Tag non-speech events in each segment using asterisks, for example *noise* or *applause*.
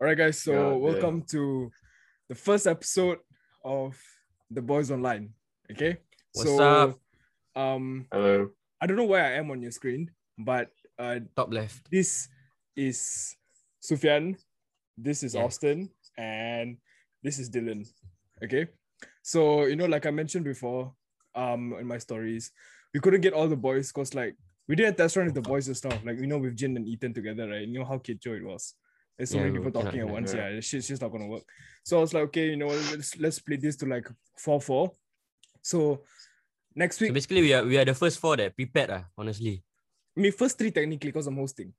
All right, guys. So God welcome to the first episode of the Boys Online. Okay. What's so, up? Um, Hello. I don't know where I am on your screen, but uh, Top left. this is Sufyan, this is Yeah. Austin, and this is Dylan. Okay. So, you know, like I mentioned before, um, in my stories, we couldn't get all the boys because like we did a test run with the boys and stuff, like you know, with Jin and Ethan together, right? You know how Kicho it was. There's so Yeah, many we people cannot talking at do once. that. Yeah, this shit's just not gonna work. So I was like, okay, you know, what, let's let's split this to like four four. So next So week, basically, we are we are the first four that prepared. Ah, honestly. I mean first three technically because I'm hosting.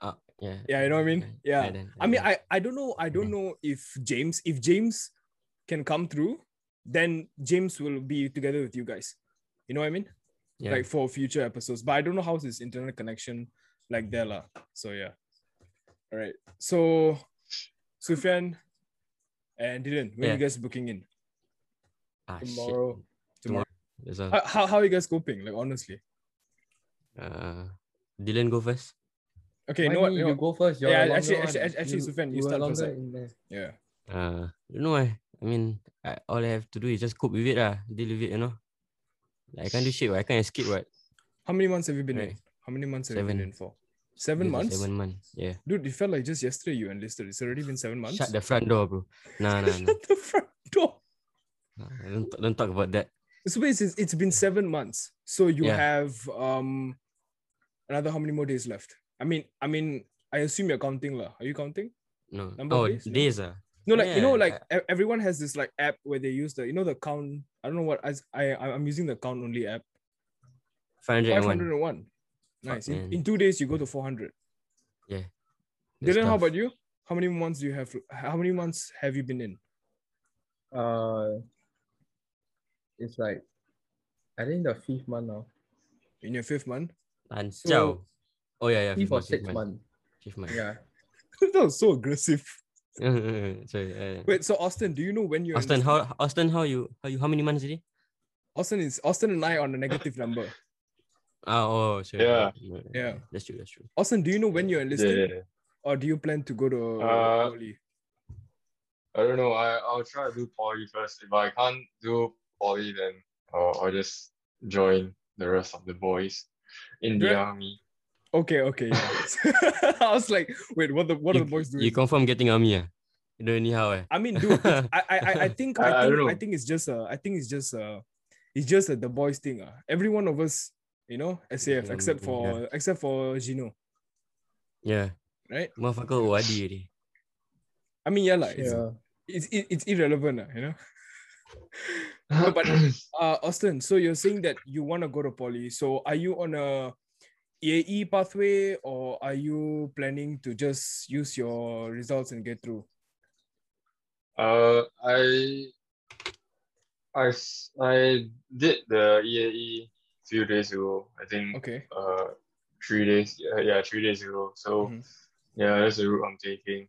Ah, yeah. Yeah, you know what I mean? Yeah. then, I mean, then. I, I don't know. I don't know if James, if James can come through, then James will be together with you guys. You know what I mean? yeah. Like for future episodes. But I don't know how's his internet connection like there. lah. So yeah. All right. So Sufyan and Dylan, when Yeah. you guys booking in? ah, shit. Tomorrow. Tomorrow. That's all. How, how, how are you guys coping? Like honestly. Uh, Dylan go first. Okay, you Why know what? me? You you know- go first. You're Yeah, the actually- longer actually- one. actually- actually, Sufyan, you were start first, longer like. in there. yeah. Uh, don't know. Eh. I mean, I, all I have to do is just cope with it. Ah, deal with it. You know. Like, I can't do shit. What? I can't escape. What? How many months have you been in? Right. How many months have you Seven. been in for? Seven This is months? Seven months. Yeah. Dude, it felt like just yesterday you enlisted. It's already been seven months. *laughs* Shut the front door, bro. Nah, nah, nah. Shut the front door. Nah, don't t- don't talk about that. So wait, it's, it's been seven months. So you Yeah. have um another how many more days left? I mean, I mean, I assume you're counting, lah. Are you counting? No. Number of oh, days? No. days. Ah. No, like you know, Yeah, like e- everyone has this like app where they use the you know the count. I don't know what as I I- I'm using the count only app. Five hundred Five and one. hundred and one. Nice. In, man. in two days you go to four hundred. That's Dylan, how tough. about you? How many months do you have? How many months have you been in? Uh, it's like, I think the fifth month now. In your fifth month? *laughs* Tan So, Chao. Oh yeah, yeah. Fifth or months, sixth month. Fifth month. Yeah. that was so aggressive. *laughs* Sorry. Uh, Wait, so Austin, do you know when you're Austin, enlisted? how Austin, how you how you how many months already? Austin is Austin and I on a negative number. Ah, oh, sorry. Yeah. No, Yeah. That's true. That's true. Austin, do you know when you're enlisted, Yeah. or do you plan to go to Uh, poly? I don't know. I I'll try to do poly first. If I can't do poly, then uh, I'll just join the rest of the boys in the Right. army. Okay, okay. yeah. *laughs* I was like, wait, what the what you, are the boys doing? You confirm getting army ah? You don't anyhow eh? I mean, dude, it's- I, I I- I think I, I- I think don't know. I think it's just a I think it's just a it's just a, the boys thing. Uh. every one of us, you know, SAF Yeah, except yeah. for except for Gino, Yeah. right? Motherfucker OAD already. I mean, yeah, like it's, Yeah. it's it- it's irrelevant, uh, you know. No, but uh, Austin, so you're saying that you want to go to poly. So are you on a EAE pathway or are you planning to just use your results and get through? *laughs* uh, I I s- I did the EAE few days ago. I think Okay. uh three days. Uh, yeah, three days ago. So Mhm. yeah, that's the route I'm taking.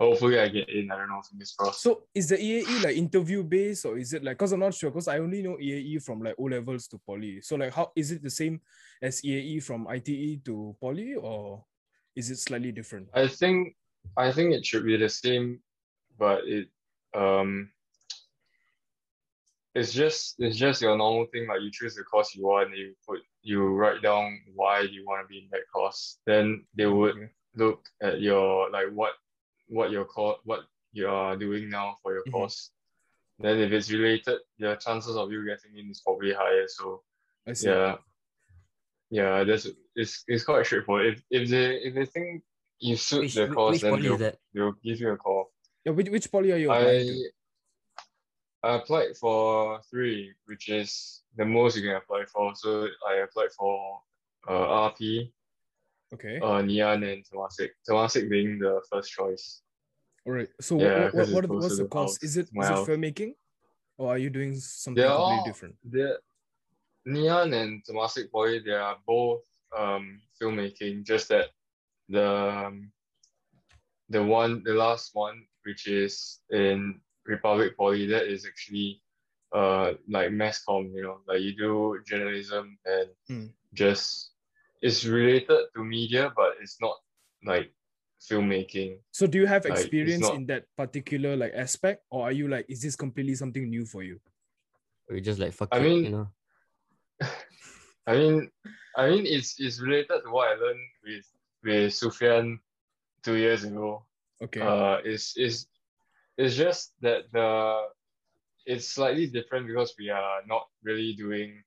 Hopefully, I get in. I don't know. Fingers crossed. So is the EAE like interview based or is it like because I'm not sure because I only know EAE from like O levels to poly. So like how is it the same as EAE from ITE to poly or is it slightly different? I think I think it should be the same, but it um it's just it's just your normal thing like you choose the course you want, you put you write down why you want to be in that course. Then they would Okay. look at your like what what your course what you are doing now for your Mhm. course. Then if it's related, the chances of you getting in is probably higher. So I see. yeah yeah that's it's it's quite straightforward if if they if they think you suit Which, the whi- course which then poly they'll, is that? they'll give you a call Yeah, which, which poly are you applying i to? i applied for three which is the most you can apply for so i applied for uh rp Okay. uh neon and Temasek. Temasek being the first choice All right. So Yeah, what, what, 'cause what it's are the, what's the close to the course? house, Is it is my it house. filmmaking, or are you doing something They're completely all- different? the neon and Temasek boy they are both um filmmaking just that the um, the one the last one which is in Republic Poly that is actually uh like mass com you know like you do journalism and Mm. just it's related to media but it's not like filmmaking. So do you have Like, it's experience not- in that particular like aspect, or are you like, is this completely something new for you? Or you just like fuck I it, mean- you *laughs* know. I mean, I mean, it's it's related to what I learned with with Sufyan two years ago. Okay. Uh, it's it's it's just that the it's slightly different because we are not really doing,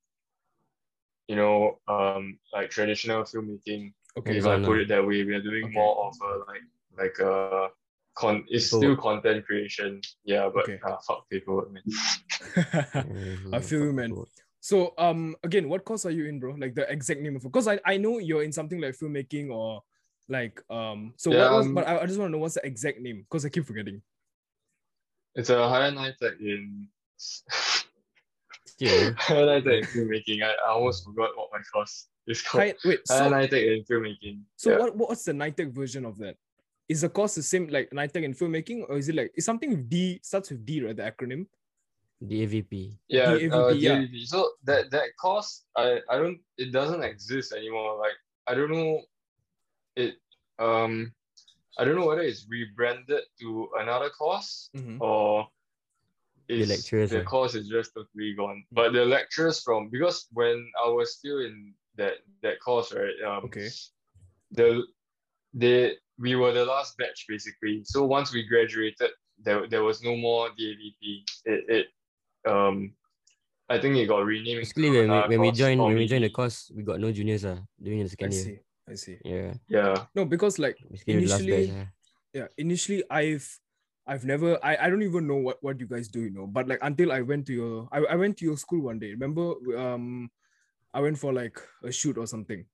you know, um, like traditional filmmaking. okay. if I Hands-on, put ah. it that way, we are doing Okay. more of a like like a con. It's Paperwork. still content creation, yeah, but Okay. uh, fuck paperwork, man. *laughs* Mm, I feel fuck you, man. people. so um, again, what course are you in, bro? Like the exact name of it, because I I know you're in something like filmmaking or like um. So what Yeah, was? um, But I, I just want to know what's the exact name because I keep forgetting. It's a higher night tech in *laughs* Yeah. higher night tech in filmmaking. I, I almost forgot what my course is called. Hi, wait. Higher So, night tech in filmmaking. so yeah. what what's the NITEC version of that? Is the course the same like NITEC in filmmaking, or is it like it's something with D starts with D, right? The acronym. The AVP. Yeah, uh, DAVD, yeah. DAVD. So that that course, I I don't. It doesn't exist anymore. Like I don't know, it um, I don't know whether it's rebranded to another course Mhm. or it's, lecturers, the ah. course is just totally gone. But the lectures from because when I was still in that that course, right? Um, Okay. The they we were the last batch basically. So once we graduated, there there was no more DAVP. It it um. I think it got renamed. Basically, into when we, another when we course, joined or when we joined the maybe- course, we got no juniors uh, during the I second year. see. I see. Yeah. Yeah. No, because like Basically, the last Initially- batch. ah. yeah initially i've i've never i, I don't even know what, what you guys do you know but like until i went to your I, I went to your school one day remember um i went for like a shoot or something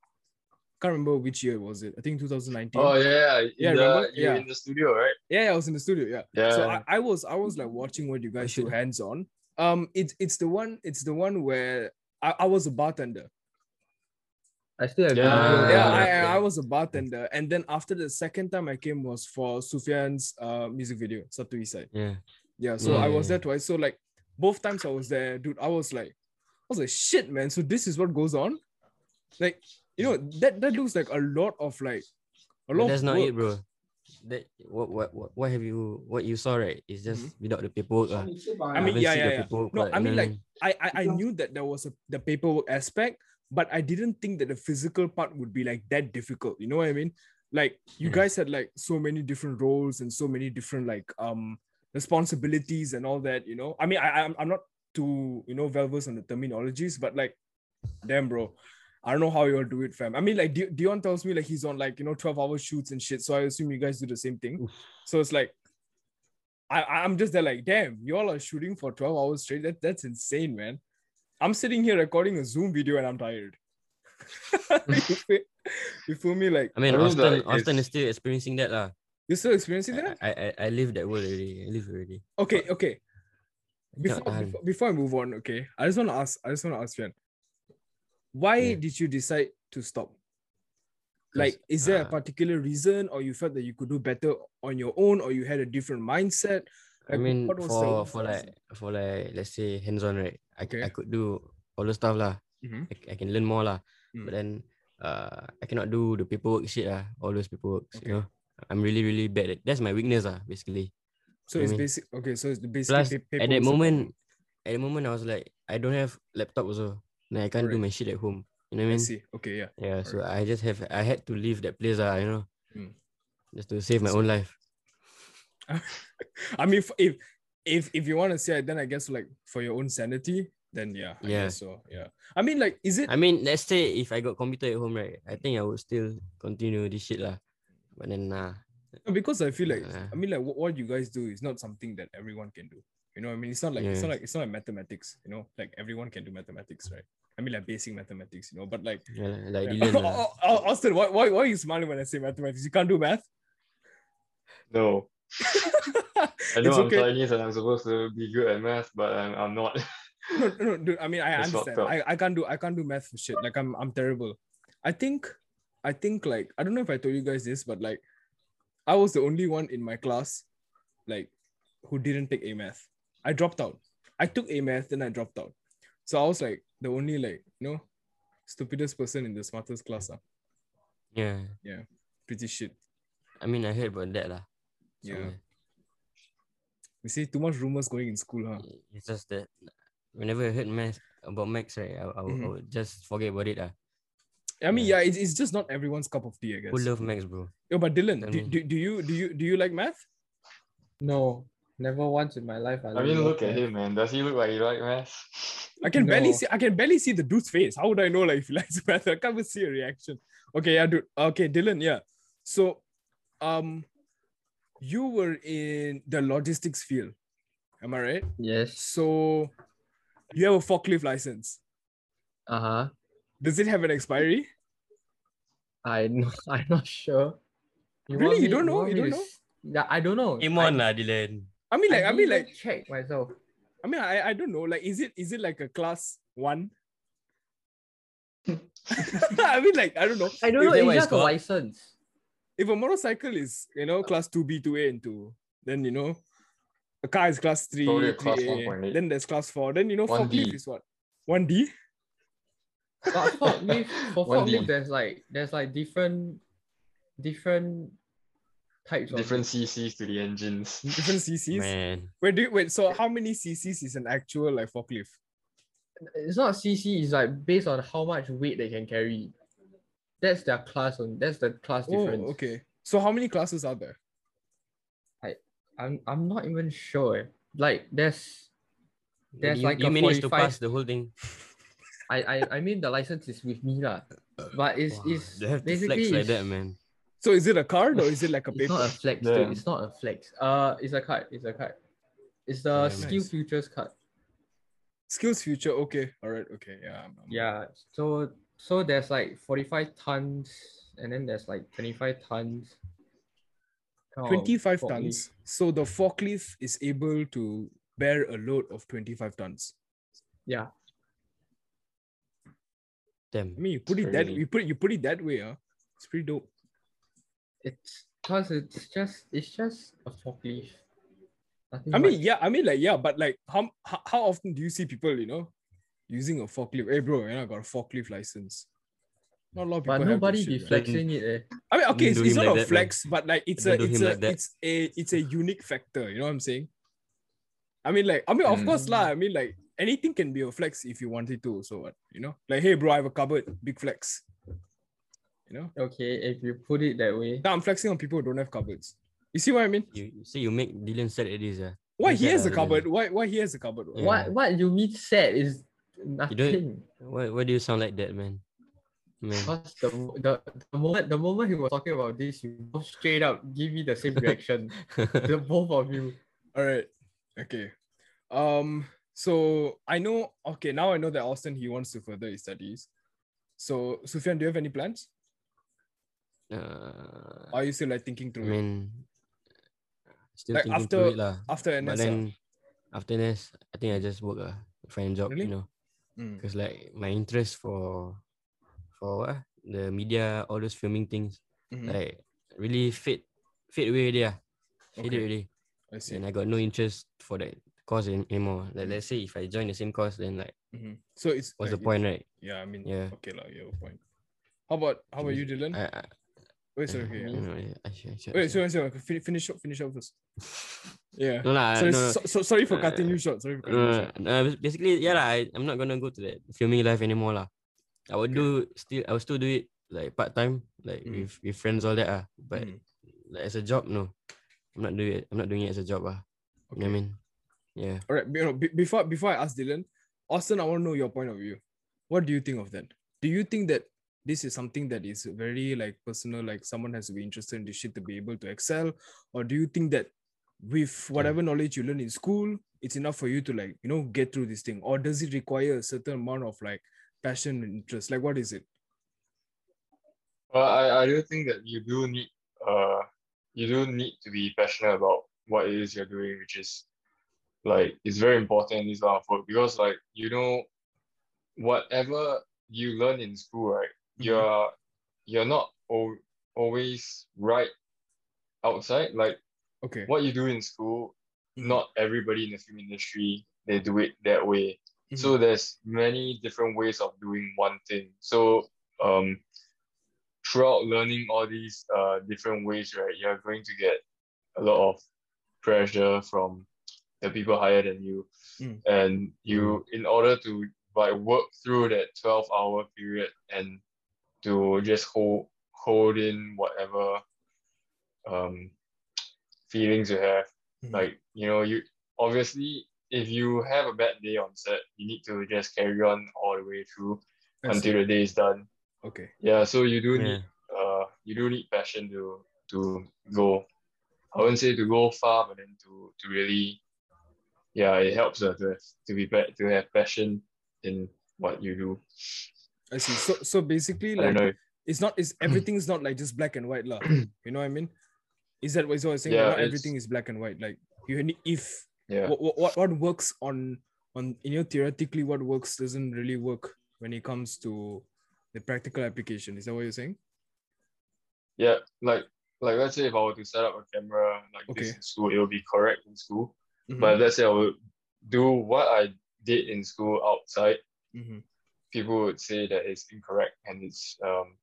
can't remember which year was it i think 2019 Oh yeah. in Yeah, the- remember? You're Yeah. in the studio, right? yeah, yeah i was in the studio yeah Yeah. so I, I was I was like watching what you guys do should- hands on. Um, it's it's the one it's the one where I, I was a bartender. I still have Yeah. video. yeah, Ah, I, okay. I was a bartender, and then after the second time I came was for Sufyan's uh music video Satu Isai. Yeah. Yeah, so Yeah, I yeah, was yeah. there twice. So like both times I was there, dude, I was like, I was like, shit, man. So this is what goes on. Like, you know, that that looks like a lot of like a lot But that's of not work. it, bro. That what what what what have you what you saw right? It's just Mhm. without the paperwork. I ah. mean, yeah, haven't seen yeah, the yeah. paperwork, No, but I you mean, know like I, I I Because- knew that there was a the paperwork aspect, but I didn't think that the physical part would be like that difficult. You know what I mean? Like you Yeah. guys had like so many different roles and so many different like um responsibilities and all that. You know, I mean, I I'm, I'm not too you know well versed on the terminologies, but like, damn, bro. I don't know how you all do it, fam. I mean, like De- Dion tells me like he's on like you know twelve hour shoots and shit. So I assume you guys do the same thing. So it's like, I I- I'm just there like, damn, you all are shooting for twelve hours straight. That that's insane, man. I'm sitting here recording a Zoom video and I'm tired. *laughs* you, feel, you feel me? Like I mean, I mean, Austin like, Austin it's- is still experiencing that lah. you're still experiencing that? I, I I live that world already. I live already. Okay, okay. I Before, cannot tahan. before, before I move on, okay, I just want to ask. I just want to ask, Fian, why Yeah. did you decide to stop? 'Cause, Like, is there a uh, particular reason, or you felt that you could do better on your own, or you had a different mindset? I Like, mean, what was the- for what for was like for like let's say hands on right. I, c- Okay. I could do all the stuff lah. Mhm. I, c- I can learn more lah. Mm. But then uh I cannot do the paperwork shit lah. All those paperwork. Okay. You know, I'm really really bad. At, that's my weakness ah basically. So I it's mean, basic. Okay, so it's basically Mm-hmm. Plus pa- at paperwork's that a moment, at the moment I was like I don't have laptop also. Then I can't do Alright. my shit at home. You know problem. what I I mean? see. Okay, yeah. Yeah, so I just have I had to leave that place, uh, you know. Mm. Just to save my own life. I mean, if if if, if you want to say it, then I guess like for your own sanity, then yeah, I Yeah. guess so. Yeah. I mean, like, is it? I mean, let's say if I got computer at home, right? I think I would still continue this shit lah. But then nah. because I feel like Yeah. I mean, like what, what you guys do is not something that everyone can do. You know, what I mean, it's not like it's not Yes. like it's not like mathematics. You know, like everyone can do mathematics, right? I mean, like basic mathematics. You know, but like, Yeah, lah, like yeah. Dylan *laughs* lah. *laughs* Au- Au- Austin, why, why why are you smiling when I say mathematics? You can't do math. No. *laughs* I know It's I'm okay. Chinese and I'm supposed to be good at math, but I'm, I'm not. no, no, no, dude. I mean, I It's fucked understand. up. I, I can't do I can't do math for shit. Like I'm I'm terrible. I think I think like I don't know if I told you guys this, but like I was the only one in my class, like who didn't take A math. I dropped out. I took A math, then I dropped out. So I was like the only like you know stupidest person in the smartest class. ah. Yeah. Pretty shit. I mean, I heard about that lah. Yeah. somewhere. We see too much rumors going in school, huh? It's just that whenever I heard math about Max, right, I, I, would- I Mm-hmm. Mhm. would just forget about it lah. I mean, yeah, it's, it's just not everyone's cup of tea, I guess. Who love Max, bro? Yo, but Dylan, I do, mean- do, do you do you do you like math? No, never once in my life. I mean, learned look at math. him, man. Does he look like he like math? I can barely No. see I can barely see the dude's face. How would I know like if he likes math? I can't even see a reaction. Okay, yeah, dude. Okay, Dylan, yeah. So um you were in the logistics field. Am I right? Yes. So you have a forklift license. Uh huh. Does it have an expiry? I *laughs* know. I'm not sure. Really? want You don't know? want You me don't to know? s- Yeah, I don't know. Come I- on lah, Dylan. I mean like I, didn't mean even like check myself. I mean I, I don't know. Like is it is it like a class one? *laughs* I mean like I don't know. I don't Is know. that It's what it's just a called? license. if a motorcycle is you know class two B, two A, and two, then you know a car is class three, Probably a class 3A, 1.8. then there's class four, then you know 1D. forklift is what one D. *laughs* But *laughs* forklift, for One D. forklift, there's like there's like different, different types of Different CCs to the engines. Different CCs. Man, Wait, do you, wait. So how many CCs is an actual like forklift? it's not CC. It's like based on how much weight they can carry. That's their class on. That's the class difference. Oh, okay. So how many classes are there? I'm I'm not even sure. Like there's, There's you, like you a managed to 45 pass the whole thing. I I, I mean the license is with me lah, but it's Wow, it's they have to flex basically like that, it's- man. So is it a card or is it like a *laughs* It's not paper? a flex, Yeah. dude. It's not a flex. Uh, it's a card. It's a card. It's Yeah, the skill nice. futures card. Skills future. Okay. All right. Okay. Yeah. I'm- I'm- Yeah. So so there's like forty five tons, and then there's like twenty five tons. kind of 25 forklift. tons. So the forklift is able to bear a load of 25 tons. Yeah. I Damn. mean, you put it that Crazy. you put it, you put it that way, huh? It's pretty dope. It's cause it's just it's just a forklift. Nothing I mean, much. yeah, I mean, like, yeah, but like, how how, how often do you see people, you know, using a forklift? Hey, bro, you know, I got a forklift license. Not a lot of people. but have nobody this be shit, right? flexing it. Eh. I mean, okay, Don't it's, do it's him not a like that, man. flex, but like, it's a Don't do it's him a like that. it's a it's a unique factor. You know what I'm saying? I mean, like, I mean, of course, Mm. lah. I mean, like, anything can be a flex if you wanted to. So what, you know, like, hey, bro, I have a cupboard, big flex. You know, eh. Okay, if you put it that way. now I'm flexing on people who don't have cupboards. You see what I mean? You you see, you make Dylan sad at this, ah. Why Look he at has a Dylan. cupboard? Why why he has a cupboard? Yeah. What what you mean sad is nothing. Why why do you sound like that, man? Man, Because the, mo- the the moment the moment he was talking about this, you both straight up give me the same reaction. the both of you. All right. Okay. Um. So I know. Okay. Now I know that Austin he wants to further his studies. So Sufyan, do you have any plans? uh, Or are you still like thinking I through it mean, still Like, thinking after- through it lah. after NS? But ah? then after this, I think I just work a find job, Really? you know, Mm. because like my interest for for what ah, the media, all those filming things, Mhm. like really fade fade away already. ah. Fade Okay. already, I see. and I got no interest for that course an- anymore. Like let's say if I join the same course, then like Mhm. So it's what's the like, point, right? Yeah. I mean. Yeah. Mm-hmm. Okay. Like, you have a point. How about how about you, Dylan? I, I, Wait. Sorry. I Okay. don't yeah. know, yeah, I should- I should- I Wait. should- Sorry. Sorry. fin- Finish up. Finish up *laughs* first. Yeah. No lah, sorry, no, so, so, sorry for cutting Uh, you short. Sorry for no, cutting you no, short. no, uh, bas- basically yeah lah. I, I'm not gonna go to that filming life anymore lah. I would do still I would still do it like part time like Mm. with with friends all that ah. But Mhm. like, as a job no, I'm not doing it. I'm not doing it as a job ah. You know what I mean? Yeah. All right. You know, be- before before I ask Dylan, Austin, I want to know your point of view. What do you think of that? Do you think that this is something that is very like personal, like someone has to be interested in this shit to be able to excel, or do you think that with whatever knowledge you learn in school, it's enough for you to like you know get through this thing, or does it require a certain amount of like passion and interest? Like, what is it? Well, I, I do think that you do need uh you do need to be passionate about what it is you're doing, which is like it's very important in this line of work because like you know whatever you learn in school, right, you're you're not al- always right outside. Like Okay. what you do in school, not everybody in the film industry they do it that way. So Mm-hmm. there's many different ways of doing one thing. So um, throughout learning all these uh, different ways, right, you're going to get a lot of pressure from the people higher than you. Mm. And you, in order to like work through that 12 hour period and to just hold, hold in whatever um, feelings you have, Mm. like, you know, you obviously, if you have a bad day on set, you need to just carry on all the way through I see. until the day is done. okay. Yeah, so you do need Yeah. uh, you do need passion to to go. I wouldn't say to go far, but then to to really, yeah, it helps uh, to have, to be pa- to have passion in what you do. I see. So so basically I don't like know. it's not it's everything's not like just black and white lah. You know what I mean? Is that what is what I'm saying? Yeah, not it's- everything is black and white. Like you need if Yeah, what, what what works on on you know theoretically what works doesn't really work when it comes to the practical application. Is that what you're saying? yeah. Like like let's say if I were to set up a camera like this Okay. in school, it will be correct in school. Mhm, But let's say I would do what I did in school outside. mhm. people would say that it's incorrect and it's um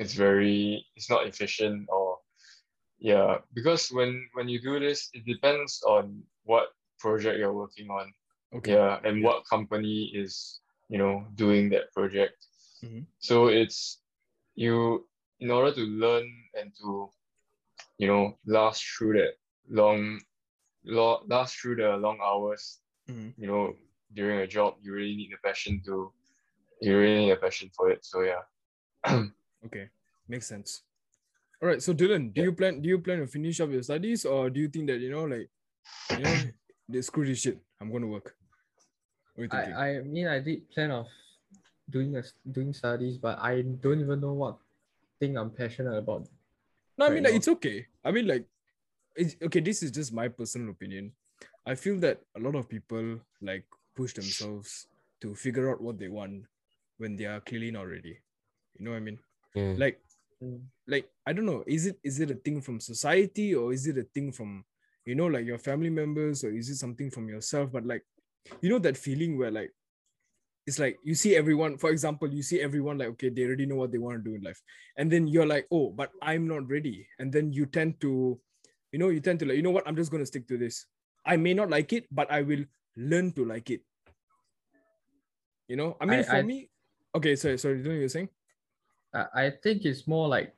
it's very it's not efficient or yeah because when when you do this it depends on what project you're working on Okay. yeah and what company is you know doing that project Mhm. so it's you in order to learn and to you know last through that long lo- last through the long hours Mhm. you know, during a job, you really need a passion to, you really need a passion for it. So yeah, Okay. Makes sense. All right. So Dylan, do you plan do you plan to finish up your studies or do you think that you know like you know they screw this shit? I'm gonna work. What are you thinking? I, I mean, I did plan of doing a, doing studies, but I don't even know what thing I'm passionate about. No, I right mean like now. it's okay. I mean like it's okay, this is just my personal opinion. I feel that a lot of people like push themselves to figure out what they want when they are clearly not ready. You know what I mean? Yeah. Like Mm. like I don't know, is it is it a thing from society or is it a thing from you know like your family members or is it something from yourself? But like you know that feeling where like it's like you see everyone, for example, you see everyone like okay, they already know what they want to do in life. And then you're like, oh, but I'm not ready. And then you tend to, you know, you tend to like, you know what, I'm just gonna stick to this. I may not like it, but I will learn to like it. You know, I mean I- for I- me, okay, sorry, sorry, you know what you're saying? I, I think it's more like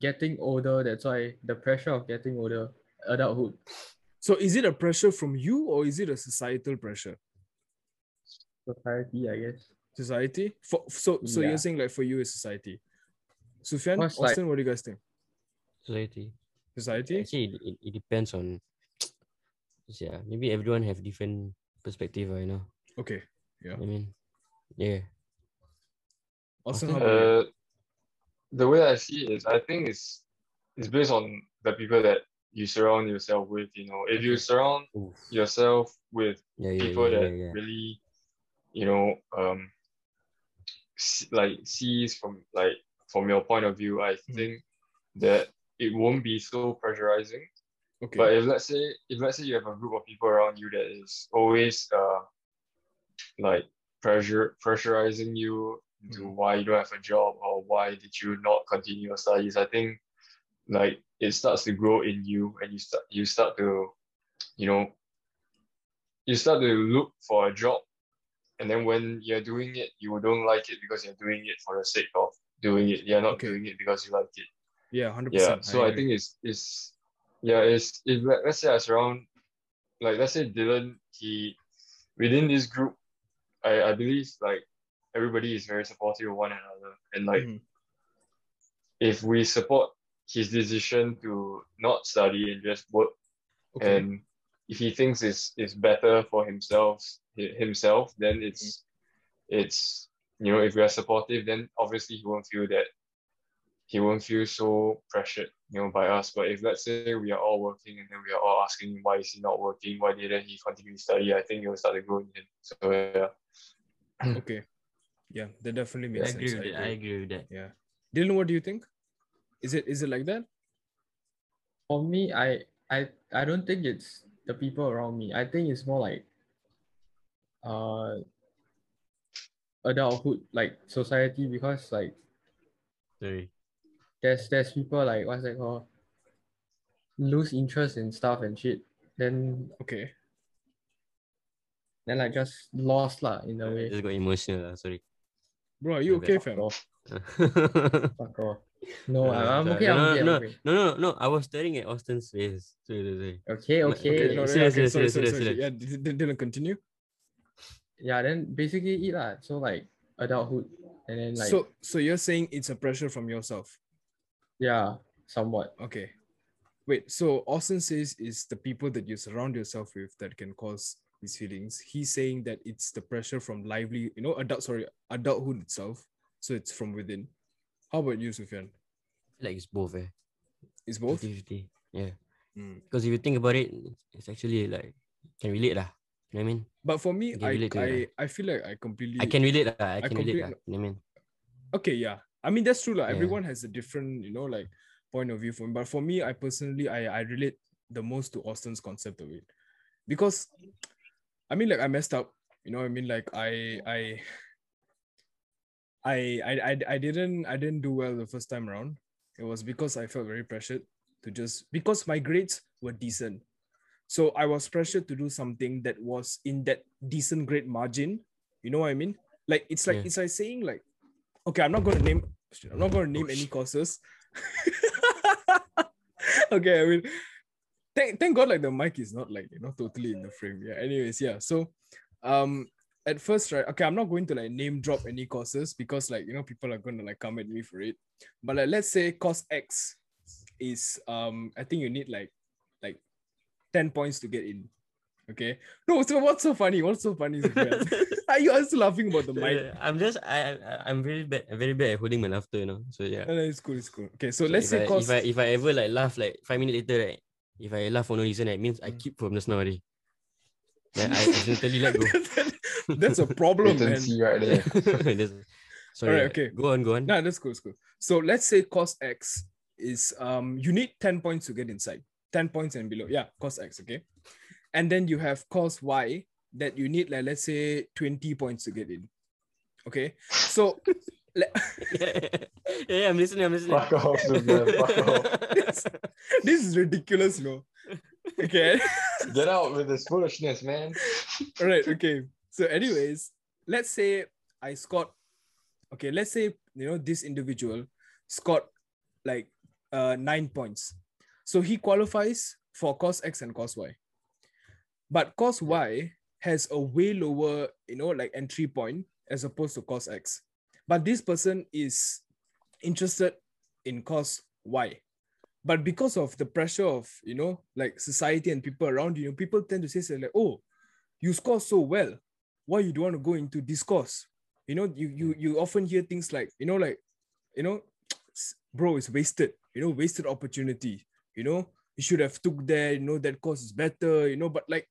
getting older. That's why the pressure of getting older, adulthood. So is it a pressure from you or is it a societal pressure? society, I guess. Society? For so so Yeah. you're saying like for you is society. Sufyan, Because, Austin, like- what do you guys think? Society. Society? Actually, it, it, it depends on. yeah, maybe everyone have different perspective. I know. Okay. I mean, yeah. Austin, Austin? how about you? uh, the way I see it is, I think it's it's based on the people that you surround yourself with. You know, if you surround Oof. yourself with Yeah, yeah, people yeah, that yeah, yeah. really, you know, um, s- like sees from like from your point of view, I Hmm. think that it won't be so pressurizing. Okay. But if let's say if let's say you have a group of people around you that is always uh like pressure pressurizing you to Mhm. why you don't have a job or why did you not continue your studies, I think like it starts to grow in you and you start you start to you know you start to look for a job and then when you're doing it you don't like it because you're doing it for the sake of doing it. You're not Okay. doing it because you like it yeah, hundred yeah percent. so i think it's it's yeah it's if let- let's say i surround like let's say dylan he within this group i i believe like everybody is very supportive of one another and like Mhm. if we support his decision to not study and just work okay. and if he thinks it's it's better for himself hi- himself then it's it's you know if we are supportive then obviously he won't feel that he won't feel so pressured you know by us but if let's say we are all working and then we are all asking why is he not working why didn't he continue to study i think it will start to go in him so yeah okay. Yeah, that definitely I makes agree sense. with that. I agree with that. Yeah. Dylan, what do you think? Is it is it like that? For me, I I I don't think it's the people around me. I think it's more like uh adulthood, like society, because like Sorry. There's there's people like what's that called? Lose interest in stuff and shit. Then Okay. then like just lost lah in I a way. just got emotional. lah, Sorry. *laughs* Bro, are you Okay. okay, fam? Fuck off. Uh, No, Oh, I'm, I'm sorry. okay. I'm okay. I'm no, okay. no, no, no, no. I was staring at Austin's face. Sorry, sorry, sorry. Okay, okay. Okay, no, no, serious, okay, sorry, serious, serious, sorry, serious, sorry. serious. Yeah, d- d- Dylan, continue. Yeah, then basically it lah. So like adulthood and then like so, so you're saying it's a pressure from yourself? yeah, somewhat. Okay. Wait, so Austin says it's the people that you surround yourself with that can cause these feelings. He's saying that it's the pressure from lively, you know, adult, sorry, adulthood itself. So it's from within. How about you, Sufyan? I feel like it's both. Eh. It's both? 50-50. Yeah. Mm. Because if you think about it, it's actually like can relate lah. You know what I mean? But for me, Okay, I, relate to it, I, I feel like I completely I can relate lah. I I can relate complete- lah. You know what I *laughs* mean? okay yeah i mean that's true like Yeah. everyone has a different you know like point of view for me but for me i personally i i relate the most to austin's concept of it because i mean like i messed up you know what i mean like i i I, I I I didn't I didn't do well the first time around. It was because I felt very pressured to just because my grades were decent. So I was pressured to do something that was in that decent grade margin. You know what I mean? Like it's like Yeah. it's like saying like okay, I'm not gonna name shit, I'm not gonna name any courses. *laughs* okay, I mean thank thank God like the mic is not like you know totally in the frame. Yeah, anyways, yeah. So um at first, right? Okay, I'm not going to like name drop any courses because like you know people are gonna like come at me for it. But like let's say course X is um I think you need like like 10 points to get in. Okay. No, so what's so funny? What's so funny? Sophia? *laughs* are *laughs* you also laughing about the mic? Uh, I'm just I, I- I I'm very bad I'm very bad at holding my laughter, you know. So yeah. No, no, it's cool, it's cool. Okay, so, So Uh, let's if say I, course if I if I ever like laugh like five minutes later, right? If I laugh for no reason, it means I Mm. keep from just now *laughs* already. Like I accidentally *laughs* let go. that's a problem, Wait and man. see right *laughs* there. That's- Alright, Sorry. uh, okay. Go on, go on. No, that's cool, that's cool. So let's say cost X is um you need 10 points to get inside. 10 points and below. Yeah, cost X, okay. And then you have cost Y that you need like let's say 20 points to get in. Okay. So *laughs* le- *laughs* yeah, yeah, I'm listening, I'm listening. Fuck off, *laughs* Sufyan. Fuck off. this is ridiculous, no? Okay. Get out with this foolishness, man. All *laughs* right. Okay. So, anyways, let's say I scored. Okay. Let's say you know this individual scored like uh nine points, so he qualifies for cos X and cos Y. But cos Y has a way lower, you know, like entry point as opposed to cos X. But this person is interested in cos Y. But because of the pressure of, you know, like society and people around you, people tend to say, say like, oh, you score so well why you don't want to go into discourse you know you you you often hear things like you know like you know bro it's wasted you know wasted opportunity you know you should have took there you know that course is better you know but like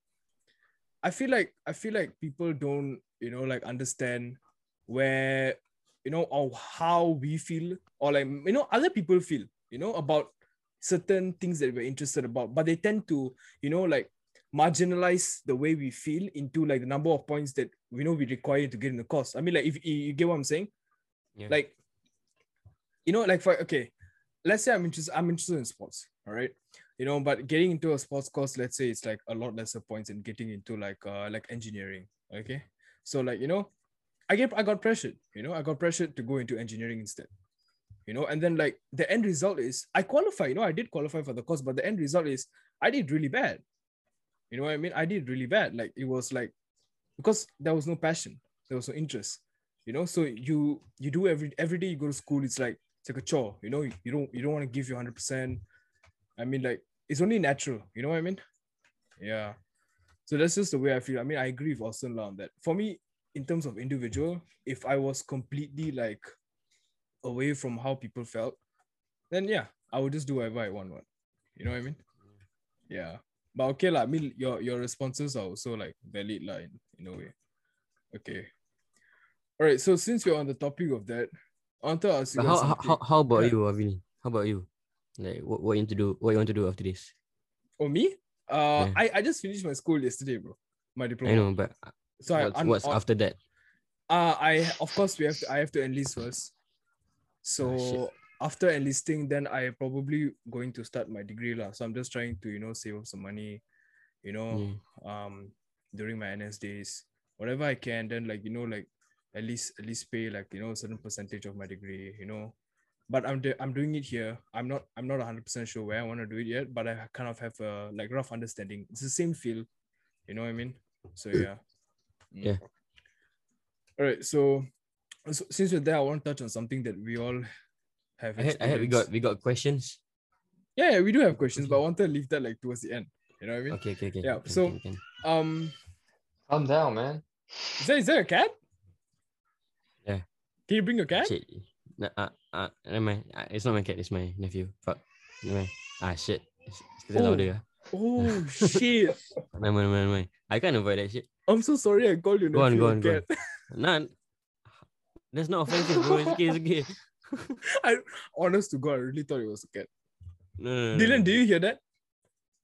i feel like i feel like people don't you know like understand where you know or how we feel or like you know other people feel you know about certain things that we're interested about but they tend to you know like marginalize the way we feel into like the number of points that we know we require to get in the course. I mean, like if you, you get what I'm saying, Yeah. like you know, like for okay, let's say I'm interested, I'm interested in sports, all right, you know, but getting into a sports course, let's say it's like a lot lesser points than getting into like uh like engineering, okay, so like you know, I get I got pressured, you know, I got pressured to go into engineering instead. You know, and then like the end result is I qualify, you know, I did qualify for the course, but the end result is I did really bad. You know what I mean? I did really bad. Like it was like because there was no passion, there was no interest. You know, so you you do every every day you go to school, it's like it's like a chore. You know, you don't you don't want to give your hundred percent. I mean, like it's only natural. You know what I mean? Yeah. So that's just the way I feel. I mean, I agree with Austin Law on that. For me, in terms of individual, if I was completely like away from how people felt, then yeah, I would just do whatever I want. One, you know what I mean? Yeah. But okay, lah. I mean, your your responses are also like valid, lah, in, in a way. Okay. All right. So since we're on the topic of that, I want to ask you But guys how, how something. how how about Yeah. you, Avini? How about you? Like what, what you want to do what you want to do after this? Oh me? Uh, Yeah. I, I just finished my school yesterday, bro. My diploma. I know, but So I what's, un- uh, what's un- after that? uh, I of course we have to I have to enlist first. So Ah, shit. after enlisting, then I probably going to start my degree lah. So I'm just trying to you know save up some money, you know, Mm. um during my NS days, whatever I can. Then like you know like at least at least pay like you know a certain percentage of my degree, you know. But I'm do- I'm doing it here. I'm not I'm not 100 percent sure where I want to do it yet, but I kind of have a like rough understanding. It's the same field, you know what I mean. So yeah. Yeah. All right. So, so since we're there, I want to touch on something that we all have. I had, I had we experienced. got we got questions. Yeah, yeah, we do have questions, Okay. but I want to leave that like towards the end. You know what I mean? Okay, okay, okay. Yeah, can, so- can, can. Um, Calm down, man. is there is there a cat? Yeah. Can you bring your cat? Shit. Nah, uh, uh, never mind. Uh, it's not my cat. It's my nephew. Fuck. Never mind. Ah shit. It's, it's getting Oh. louder. Oh shit! ah. Never mind, never mind, never mind. I can't avoid that shit. I'm so sorry I called you. Go on, nephew go a on, go on. cat. *laughs* Nah, that's not offensive, bro. It's okay, it's okay. *laughs* Honest to God, I really thought it was a cat. No, no, no, no. Dylan, do you hear that?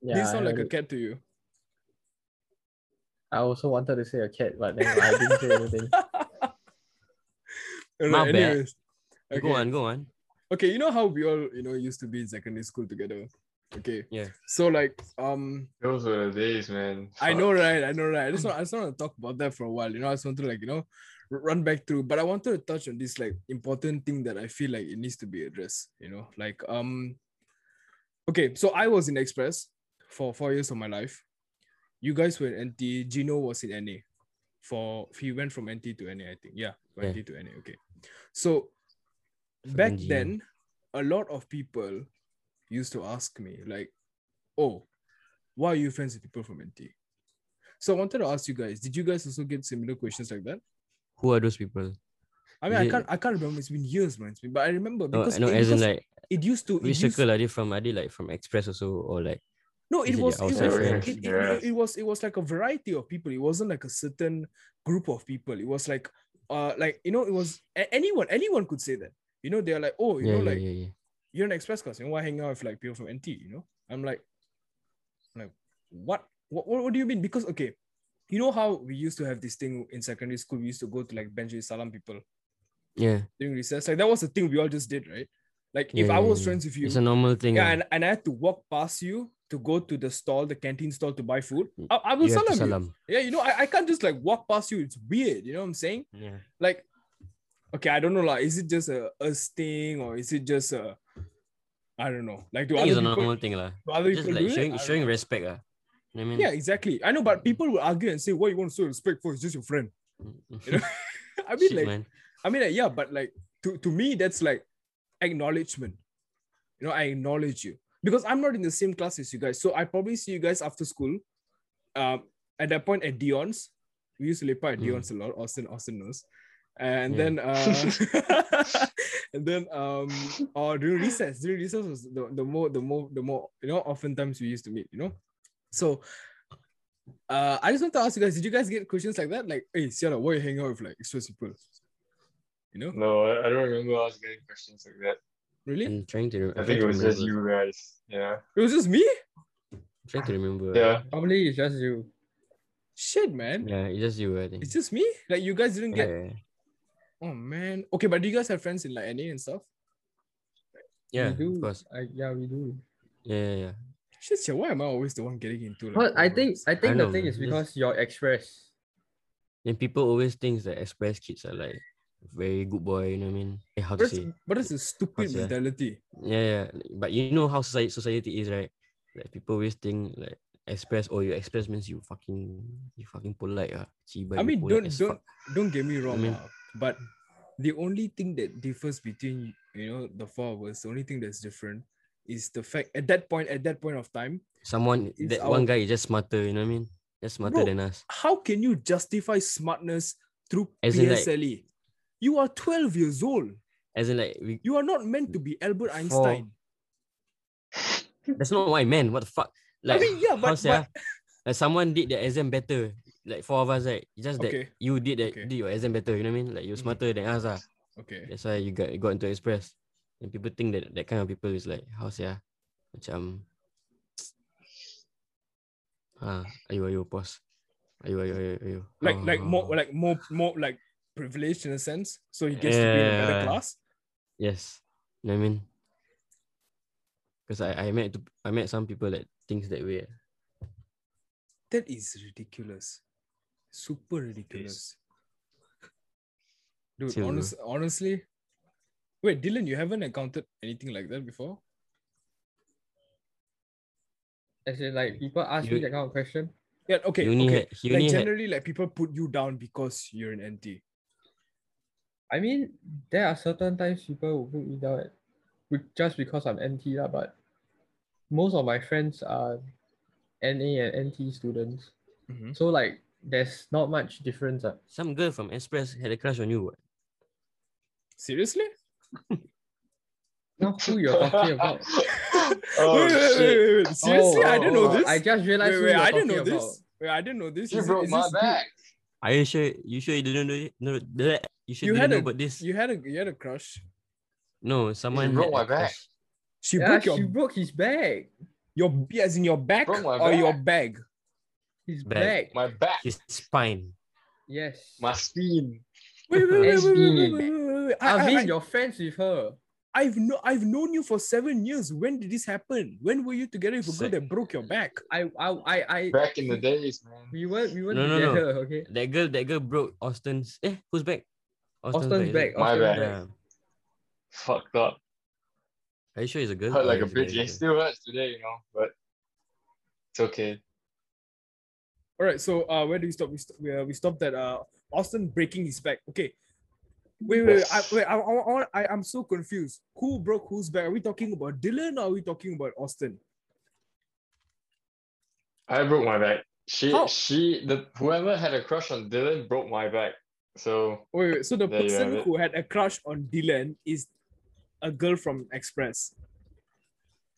Yeah, Did it sound I like a heard it. cat to you? I also wanted to say a cat, but then I didn't say *laughs* anything. All My right, bad. anyways. Okay. Go on, go on. okay you know how we all you know used to be in secondary school together okay Yeah. so like um Those were the days, man. i Fuck. know right i know right i just want, i just want to talk about that for a while you know i just want to like you know r- run back through but i wanted to touch on this like important thing that i feel like it needs to be addressed you know like um okay so i was in express for four years of my life you guys were in nt gino was in na for he went from nt to na i think yeah from Yeah. nt to na okay so Fucking back Gino. then a lot of people used to ask me like oh why are you friends with people from nt so i wanted to ask you guys did you guys also get similar questions like that Who are those people? i mean i Yeah. can't i can't remember it's been years man it's been, but i remember No, because, I know it, as in because like it used to which it used, circle are they from? Are they like from Express also or like No, it Is it was, it the was outside it, friends? it, Yes. it was it was like a variety of people. It wasn't like a certain group of people. It was like uh like you know it was a- anyone anyone could say that. You know they're like oh you yeah, know yeah, like yeah, yeah. you're an express class and why hang out with like people from NT you know I'm like I'm like what what what, what do you mean because okay you know how we used to have this thing in secondary school we used to go to like Benji Salam people Yeah. during recess like that was the thing we all just did right like if Yeah, I yeah, was yeah. friends with you It's a normal thing. yeah, ah. and, and I had to walk past you to go to the stall, the canteen stall to buy food. I, I will Mm. you have salam, to you. salam. Yeah, you know, I, I can't just like walk past you. It's weird. You know what I'm saying? Yeah. Like, okay, I don't know. Like, is it just a, a thing or is it just a I don't know. Like, do I other think it's a people, normal thing lah. do other Just people like do it? showing I don't showing respect ah. You know what I know. mean? *laughs* Yeah, exactly. I know, but people will argue and say, "What you want so respect for? It's just your friend." *laughs* I mean, Shit, like, man. I mean, like, yeah, but like to, to me, that's like acknowledgement. You know, I acknowledge you because I'm not in the same class as you guys. So I probably see you guys after school. Um, at that point at Dion's, we used to lepa at Mm. Dion's a lot. Austin, Austin knows. And Yeah. then, uh, *laughs* and then, um, or during recess, during recess was the, the more, the more, the more, you know, oftentimes we used to meet, you know. So, uh, I just want to ask you guys: Did you guys get questions like that? Like, hey, Sierra, why you hang out with like express people? You know, No, I I don't remember us getting questions like that. really? I'm trying to. re- I I'm think it trying was to just you remember. guys. Yeah. It was just me. I'm trying to remember. Yeah. Probably it's just you. Shit, man. Yeah, it's just you. I think. It's just me. Like you guys didn't get. yeah, yeah. Oh man. Okay, but do you guys have friends in like NA and stuff? yeah we do. of course. I, yeah, we do. Yeah, yeah, yeah. Shit, sia, why am I always the one getting into? Like, But I think I think know, the thing man. is Just- because you're express. Then people always think that express kids are like very good boy. You know what I mean? Eh, how But to it's, say? but it's a stupid How to say? mentality. Yeah, yeah. like, But you know how society society is, right? Like people always think like express or you express means you fucking you fucking polite ah. Cibai, I you mean, polite don't as don't fuck. don't get me wrong, mean- ah, but the only thing that differs between you know the four of us, the only thing that's different is the fact at that point at that point of time, Someone it's that our- one guy is just smarter. You know what I mean? Just smarter Bro, than us. how can you justify smartness through As in, like- PSLE? E? you are 12 years old. As in like we, You are not meant to be Albert For- Einstein. that's not why man. What the fuck? Like mean, yeah, how but- say, ah, like someone did their exam better. Like four of us, right? It's Just that Okay. you did that Okay. did your exam better. You know what I mean? Like you're Mhm. smarter than us ah. Okay. That's why you got you got into express. And people think that that kind of people is like how say ah, macam ah ayo ayo pause ayo ayo ayo ayo Ah, Like How- like how- more how- like more more like privileged in a sense. So he gets to be in a better Yeah. class. yes You know what I mean? Because I, I met to- I met some people that thinks that way. ah. That is ridiculous. Super ridiculous. Dude, Chill, honest, honestly. Wait, Dylan, you haven't encountered anything like that before? As in, like people ask You- me that kind of question. Yeah, okay. he only okay. had he like only had generally, like people put you down because you're an NT. I mean, there are certain times people will put me down at, be- just because I'm NT lah, but most of my friends are NA and NT students. Mhm. So like there's not much difference. ah. some girl from Express had a crush on you. what? Seriously? Not who *laughs* you're talking *laughs* about. oh wait, wait, wait, shit! wait, wait. Seriously, I didn't know oh, this. I just realized wait, who wait, you're I didn't know talking this. about. Wait, I didn't know this. You Is it- broke is my this dude- back. Are you sure? You sure you didn't know it? No, that you sure You had didn't know a- about this? You had a you had a crush. no, someone broke had my a back. crush. She Yeah, broke your she broke his bag. your b- as in your back Broke my or your *laughs* bag. His Bag. bag. My back, His spine. Yes. my spine. Wait, wait, wait, wait, wait, wait, Esmin. wait, wait, wait, wait. I, I, Arvin, I, you're friends with her. I've no, I've known you for seven years. When did this happen? When were you together with a girl Sick. that broke your back? I I I, I Back in the days, man. we weren't we weren't No, no, no. together, okay? That girl that girl broke Austin's eh who's back? is Austin's it? back. My Austin's bag. Yeah. Fucked up. Are you sure it's a girl? Hurt or like a it's guy? bitch. It still hurts today, you know. But it's okay. All right, so uh, where do we stop? We stop. We, uh, we stopped at uh, Austin breaking his back. Okay, wait, wait, wait. I, Yes. wait I, I, I, wanna- I, I'm so confused. Who broke whose back? Are we talking about Dylan or are we talking about Austin? I broke my back. She, How? she, the whoever had a crush on Dylan broke my back. So Wait, wait. So the There you have person it. who had a crush on Dylan is a girl from Express,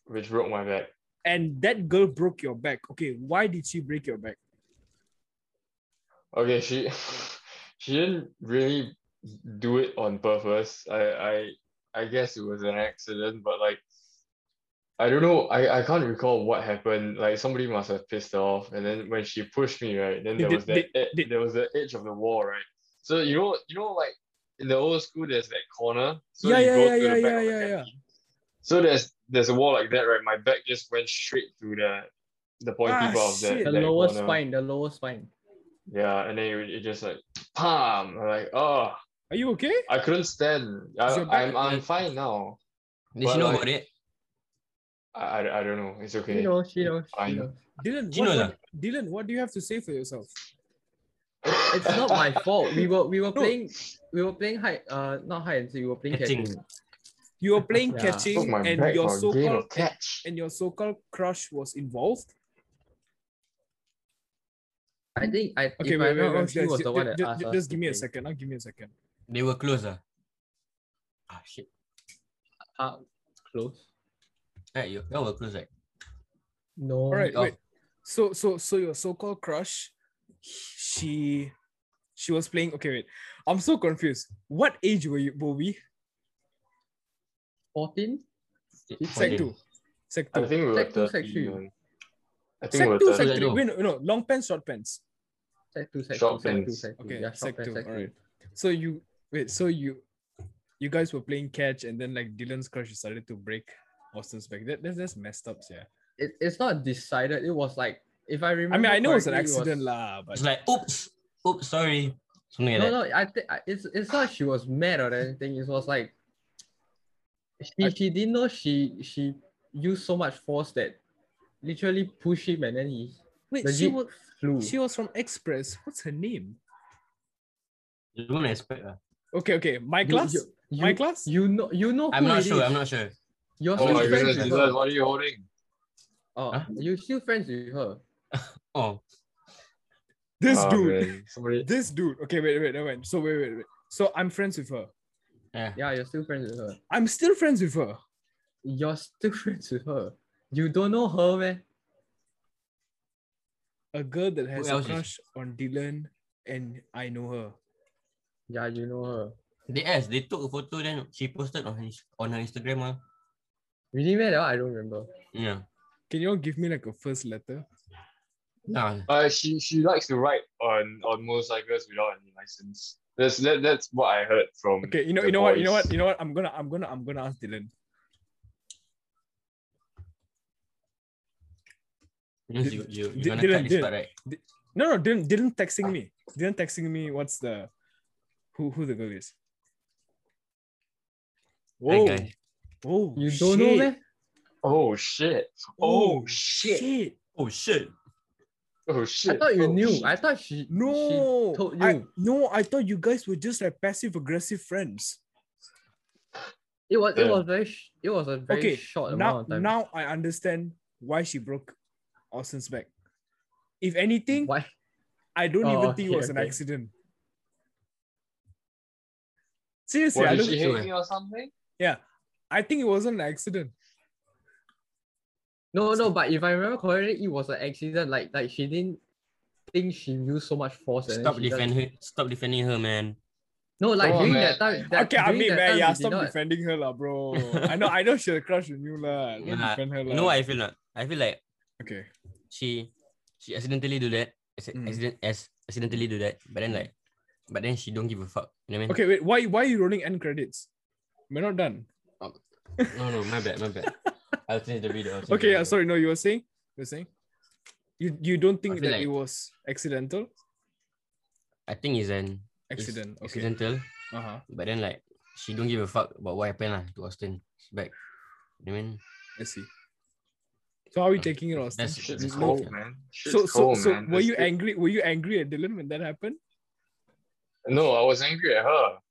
which broke my back. and that girl broke your back. Okay, why did she break your back? Okay, she, *laughs* she didn't really do it on purpose. I, I, I guess it was an accident, but like, I don't know. I, I can't recall what happened. Like somebody must have pissed her off, and then when she pushed me, right, then there Did- was that ed- did- there was the edge of the wall, right. So you know, you know, like in the old school, there's that corner. So yeah, you go yeah, yeah, to yeah, the back yeah, of the yeah, yeah. So there's there's a wall like that, right? My back just went straight through the the pointy Ah, part of that, shit. The that lower corner. spine, the lower spine. Yeah, and then it, it just like pam. I'm like, oh, Are you okay? I couldn't stand. I, Is your back- I'm I'm fine now. Did But she know like- about it? I, I, I don't know. It's okay. She knows, she knows, I she know. knows. Dylan, She what, knows, what, Dylan, what do you have to say for yourself? It's *laughs* not my fault. We were we were No. playing we were playing hide uh not hide and seek, we were playing Catching. catching. You were playing Yeah. Broke catching, my and back your for a game so-called of catch. and your so-called crush was involved. I think I Okay, if wait, wait, I'm not wrong, wait. she was Just, the one that ju- ju- asked ju- us just to give me a play. second. I'll give me a second. They were close ah. Ah shit. Ah, close. Right, you all were close right? No. All right, Oh. wait. So, so, so your so-called crush, she, she was playing. Okay, wait. I'm so confused. What age were you, were we? 14? Sec Okay. two, sec I two, think we were Sec two, sec 13, three. man. I think sec we were two, 13. sec three. No. Wait, no, no, long pants, short pants. Sec 2, sec Short 2, sec 2, pants. sec 2. Okay, yeah, short sec pants, two. sec All 2. right. So you wait. So you, you guys were playing catch, and then like Dylan's crush started to break Austin's back. That, that's that's messed up, yeah. It, it's not decided. It was like, if I remember. I mean, I know it's an correctly, it was- accident, lah. But It's like oops, oops, sorry. Something like No, that. no, I think it's it's not she was mad or anything. It was like she I- she didn't know she she used so much force that literally pushed him and then he wait, she legit was flew. she was from Express. What's her name? You don't expect ah. Okay, okay. My You- class. You, you, My class. You know, you know. I'm who not it sure. is. I'm not sure. You're Oh still my friends goodness, with Dylan, her. what are you holding? Oh, Huh? you're still friends with her. Oh, this Oh, Ah, dude. man, Somebody. This dude. Okay, wait, wait, no, wait. So wait, wait, wait. So I'm friends with her. yeah. Yeah, you're still friends with her. I'm still friends with her. You're still *laughs* friends with her. You don't know her, man. A girl that has a else is- crush on Dylan, and I know her. Yeah, you know her. They asked. They took a photo. Then she posted on her on her Instagram. Ah, Really, man? That one I don't remember. yeah. Can you all give me like a first letter? Nah. Uh, she she likes to ride on on motorcycles without any license. That's that, that's what I heard from. Okay, you know, the you know what, you know boys. what, you know what. I'm gonna, I'm gonna, I'm gonna ask Dylan. Means you you Dil- you're gonna cut Dylan, this Dylan. part, right? No, no, didn't didn't texting me. Didn't texting me. What's the who who the girl is? Hi, Whoa, guys. whoa, You don't know shit. that? Oh shit. Oh, shit. Oh shit! Oh I shit. thought you Oh, knew. shit. I thought she No, she told I, you. no, I thought you guys were just like passive aggressive friends. It was it Yeah. was very sh- it was a very okay, short now amount of time. now I understand why she broke Austin's back. If anything, Why? *laughs* I don't Oh, even think it okay, was an okay. accident. Seriously, I, What, did don't, she so, hate eh. me or something? I think it wasn't an accident. No, no, but if I remember correctly, it was an accident. Like like she didn't think she used so much force. and then Stop she just- defend her. Stop defending her, man. No, like Oh, during man. that time. That, okay, I during mean, that man, time, yeah, we did stop not- defending her, lah, *laughs* bro. I know, I know she had a crush on you, lah. Don't Nah, defend her, lah. You know what I feel not? I feel like Okay. she she accidentally do that. Ac- Mm. Accident as accidentally do that. But then like, but then she don't give a fuck. You know what I mean? Okay, wait. Why, why are you rolling end credits? We're not done. No, no, my bad, my bad. I'll finish the video. I'll finish Okay, yeah, uh, the video. sorry. No, you were saying, you were saying, you you don't think feel that it like- was accidental? I think it's an it's Accident. Okay. accidental. Uh huh. But then like, she don't give a fuck about what happened lah to Austin. She's back. You know what I mean? I see. So how are you Mm. taking it, Austin? That's- Shit's It's No- cold, man. Shit's so so Uh, cold, so man. were This you shit- angry? Were you angry at Dylan when that happened? No, I was angry at her.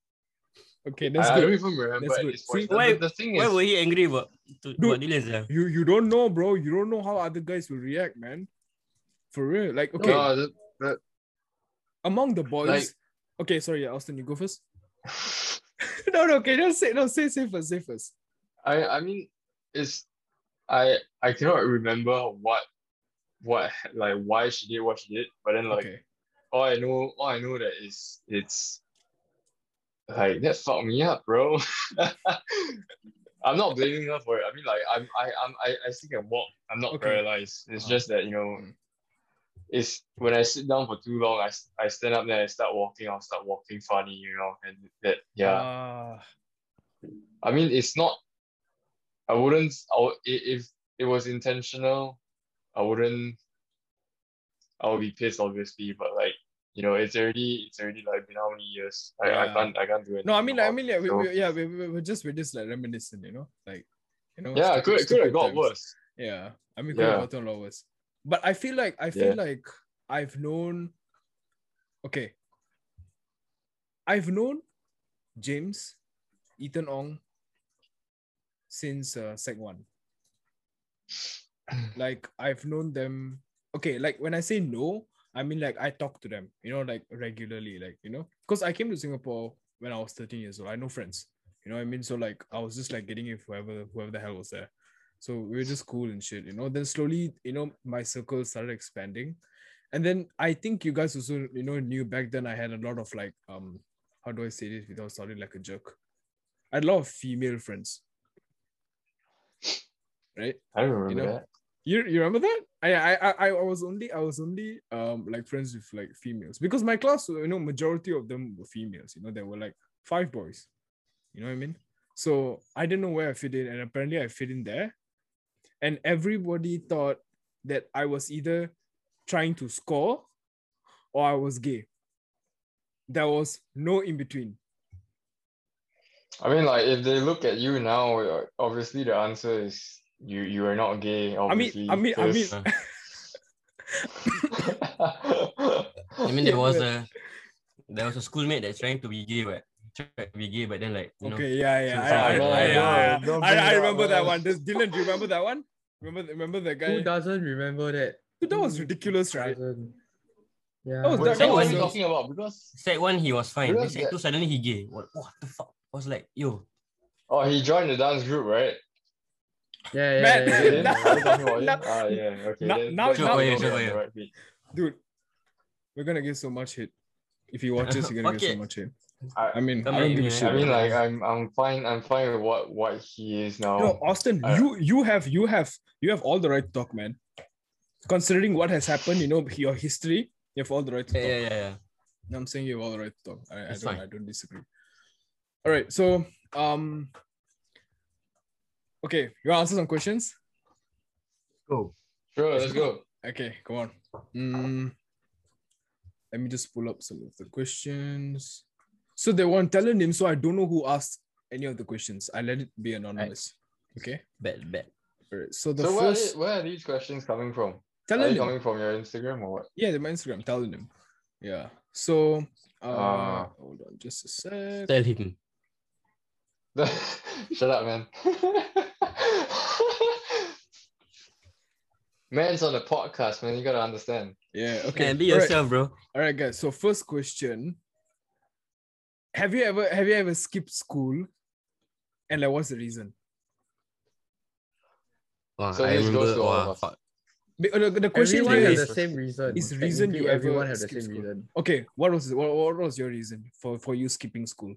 Okay, that's I, I don't good. even remember That's at good. this point. See, The, why- the, the thing Why is, were he angry about to, Dude. about Dylan? Sir? You you don't know, bro. You don't know how other guys will react, man. For real, like okay, no, the, among the boys. like- okay, sorry, yeah, Austin, you go first. *laughs* no, no, okay, just say no, say say first, say first. I I mean it's I I cannot remember what what like why she did what she did, but then like okay, all I know all I know that is it's like that fucked me up, bro. *laughs* I'm not blaming her for it. I mean like I'm I I'm I, I still can walk. I'm not Okay. paralyzed. It's Uh-huh. just that, you know, Mm. it's when I sit down for too long, I, s- I stand up there, I start walking, I'll start walking funny, you know, and that yeah. Ah, I mean, it's not. I wouldn't. I would, i- if it was intentional, I wouldn't. I would be pissed, obviously, but like you know, it's already it's already like been how many years? I, I Yeah. can't I can't do it. no, I mean, like, I mean, yeah, we, so, we, yeah, we, we, we're just we're just like reminiscing, you know, like you know, stupid- yeah, it could it could stupid have got times. worse. Yeah, I mean, could have Yeah. gotten a lot worse. But I feel like I feel like I've known. Okay. I've known James, Ethan Ong, since uh, Sec One. Like I've known them. Okay, like when I say no, I mean like I talk to them. You know, like regularly. Like you know, because I came to Singapore when I was thirteen years old. I know friends. You know what I mean? So like I was just like getting it whoever whoever the hell was there. So we were just cool and shit, you know. Then slowly, you know, my circle started expanding. And then I think you guys also, you know, knew back then I had a lot of like um how do I say this without sounding like a jerk? I had a lot of female friends. Right? I don't remember know, that. You, you remember that? I, I I I was only I was only um like friends with like females because my class you know majority of them were females you know there were like five boys, you know what I mean? So I didn't know where I fit in and apparently I fit in there, and everybody thought that I was either trying to score or I was gay. There was no in between. I mean, like if they look at you now, uh, obviously the answer is you you are not gay. Obviously, I mean- I mean- 'cause- *laughs* I mean, Yeah, there was but- a there was a schoolmate that's trying to be gay, but trying to be gay, but then like you know, Okay, yeah, yeah, so I, I, far, I, no, yeah, no, don't I, I bring it up, remember that man. one. Does Dylan, do you remember that one? Remember, remember the guy? Who doesn't remember that? Dude, that was Mm. Who ridiculous, right? doesn't? *laughs* Yeah. That was Wait, that so what was are you a- talking about? Because Sec one he was fine. Then Because sec that- two suddenly he gay. What, what the fuck? I was like, yo, oh, he joined the dance group, right? yeah, yeah, Man, yeah, Yeah, *laughs* *laughs* yeah, now- then- are we talking about him? yeah. now- Ah, yeah, okay, now- then- now- then now- we're on Sure, the yeah. right beat. dude. We're gonna get so much hit. If he watches, you're gonna Fuck get it. so much hit. I- I mean, Come I don't at give a me, man. shit. I mean, man. like, I'm, I'm fine. I'm fine with what, what he is now. no, Austin, I- you you have you have you have all the right to talk, man. Considering what has happened, you know your history, you have all the right to yeah, talk. yeah, yeah, yeah. No, I'm saying you have all the right to talk. I, I It's don't fine. I don't disagree. All right, so um okay, you wanna answer some questions? Go. sure, let's go. Okay, go on. Mm, let me just pull up some of the questions. So they want talent name, so I don't know who asked any of the questions. I let it be anonymous. Okay. Bad, bad. Alright, So the So where are, first the- where are these questions coming from? Are talent they name. coming from your Instagram or what? Yeah, they're my Instagram talent name. Yeah. So uh, Ah. hold on just a sec. Tell him. *laughs* Shut up, man. *laughs* Man's on a podcast, man. You gotta understand. Yeah, okay. Okay, be Alright. yourself, bro. All right, guys. So first question: Have you ever have you ever skipped school, and like what's the reason? Wow, So I this goes remember. to all wow, of us. fuck. Be- uh, The, the question Everyone here has is the same reason. is reason you Technically, ever everyone have the skip same school. reason. okay. What was what, what was your reason for for you skipping school?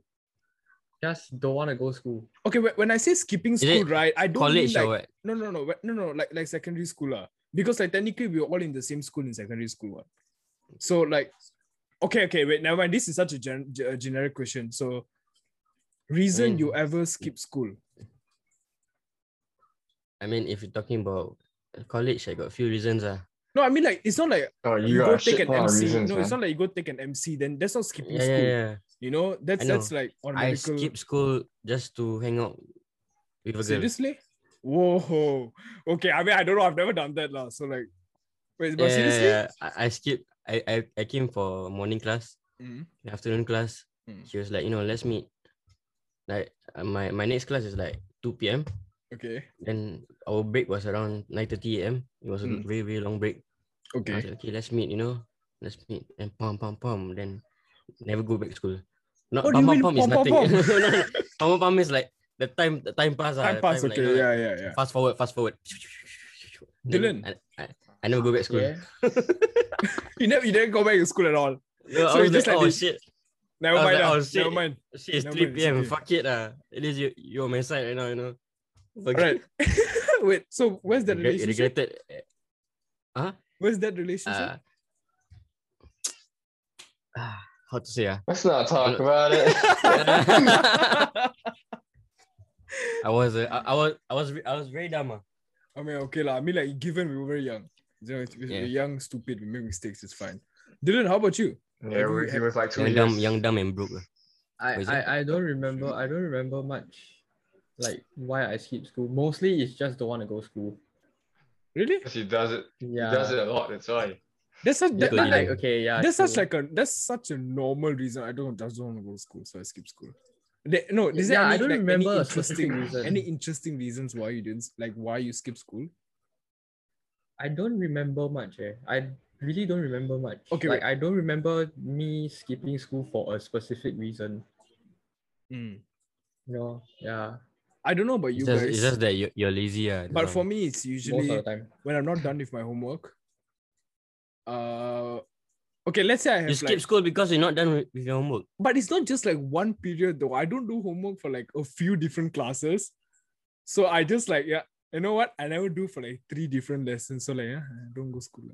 Just don't want to go school. Okay, when when I say skipping Is school, it right? I don't college mean like or what? no no no wh- no no like like secondary school lah. because like technically we were all in the same school in secondary school what? so like okay okay wait never mind this is such a, gen- ge- a generic question so reason Mm. you ever skip school I mean, if you're talking about college, I got a few reasons. Ah, no i mean like it's not like Oh, you, go got a take shit an ton of mc reasons, no it's man. not like you go take an mc then that's not skipping yeah, school yeah, yeah. you know that's I know. that's like on I medical skip school just to hang out with a girl. seriously whoa okay i mean i don't know i've never done that lah. so like wait Yeah, but yeah, seriously yeah. I, I skip. I, I, I came for morning class, Mm. afternoon class. Mm. She was like, you know, let's meet. Like uh, my my next class is like two p.m. okay Then our break was around nine thirty a.m. It was a Mm. very very long break. I was okay like, okay, let's meet. You know, let's meet and pom pom pom. Then never go back to school. Not What Oh, do pom you pom mean pom is pom, pom, nothing. pom? *laughs* no, no, no. pom pom pom is like the time the time pass. ah, time the pass like, okay you know, yeah yeah yeah Fast forward, fast forward. Dylan. Then I, I, I never go back to school. Yeah. You never, you didn't go back to school at all. So No, I was it's just like, like oh this. shit, Never I was mind. like, ah, oh, shit. never mind. shit, it's Never mind, 3 it's p.m. okay. Fuck it, uh. At least you, you're on my side right now, you know. Fuck All right. it. *laughs* Wait. So where's that Regret- relationship? regretted. eh, Where's that relationship? Uh, ah, *sighs* how to say, ah? Let's not talk Look. about *laughs* it. I was, uh, I, I was, I was, re- I was very dumb. ah. I mean, okay lah. I mean, like, given we were very young, you know, if we Yeah. we're young, stupid, we make mistakes. It's fine. Dylan, how about you? yeah, we, he was like two Young, years. dumb, young, dumb, and broke. ah. I, What is it? I, I don't remember I don't remember much like why I skip school. Mostly it's just don't want to go school. Really? 'Cause he does it. Yeah. He does it a lot. That's why. That's such that, Good that, But Dylan. like, like okay, yeah. that's such true. like a that's such a normal reason. I don't just don't want to go to school, so I skip school. They, no, is there Yeah, I any, don't like, remember any a specific interesting reason. any interesting reasons why you didn't like why you skip school? I don't remember much. Eh. I really don't remember much. Okay, Like I don't remember me skipping school for a specific reason. Hmm. Mm. You know, yeah. I don't know about you It's just, guys, it's just that you're, you're lazy. ah. but That's for all. me, it's Most usually of the time. when I'm not done with my homework. Uh, okay, let's say I have you skip like, school because you're not done with, with your homework. but it's not just like one period though. I don't do homework for like a few different classes, so I just like yeah, you know what? I never do for like three different lessons, so like yeah, I don't go school.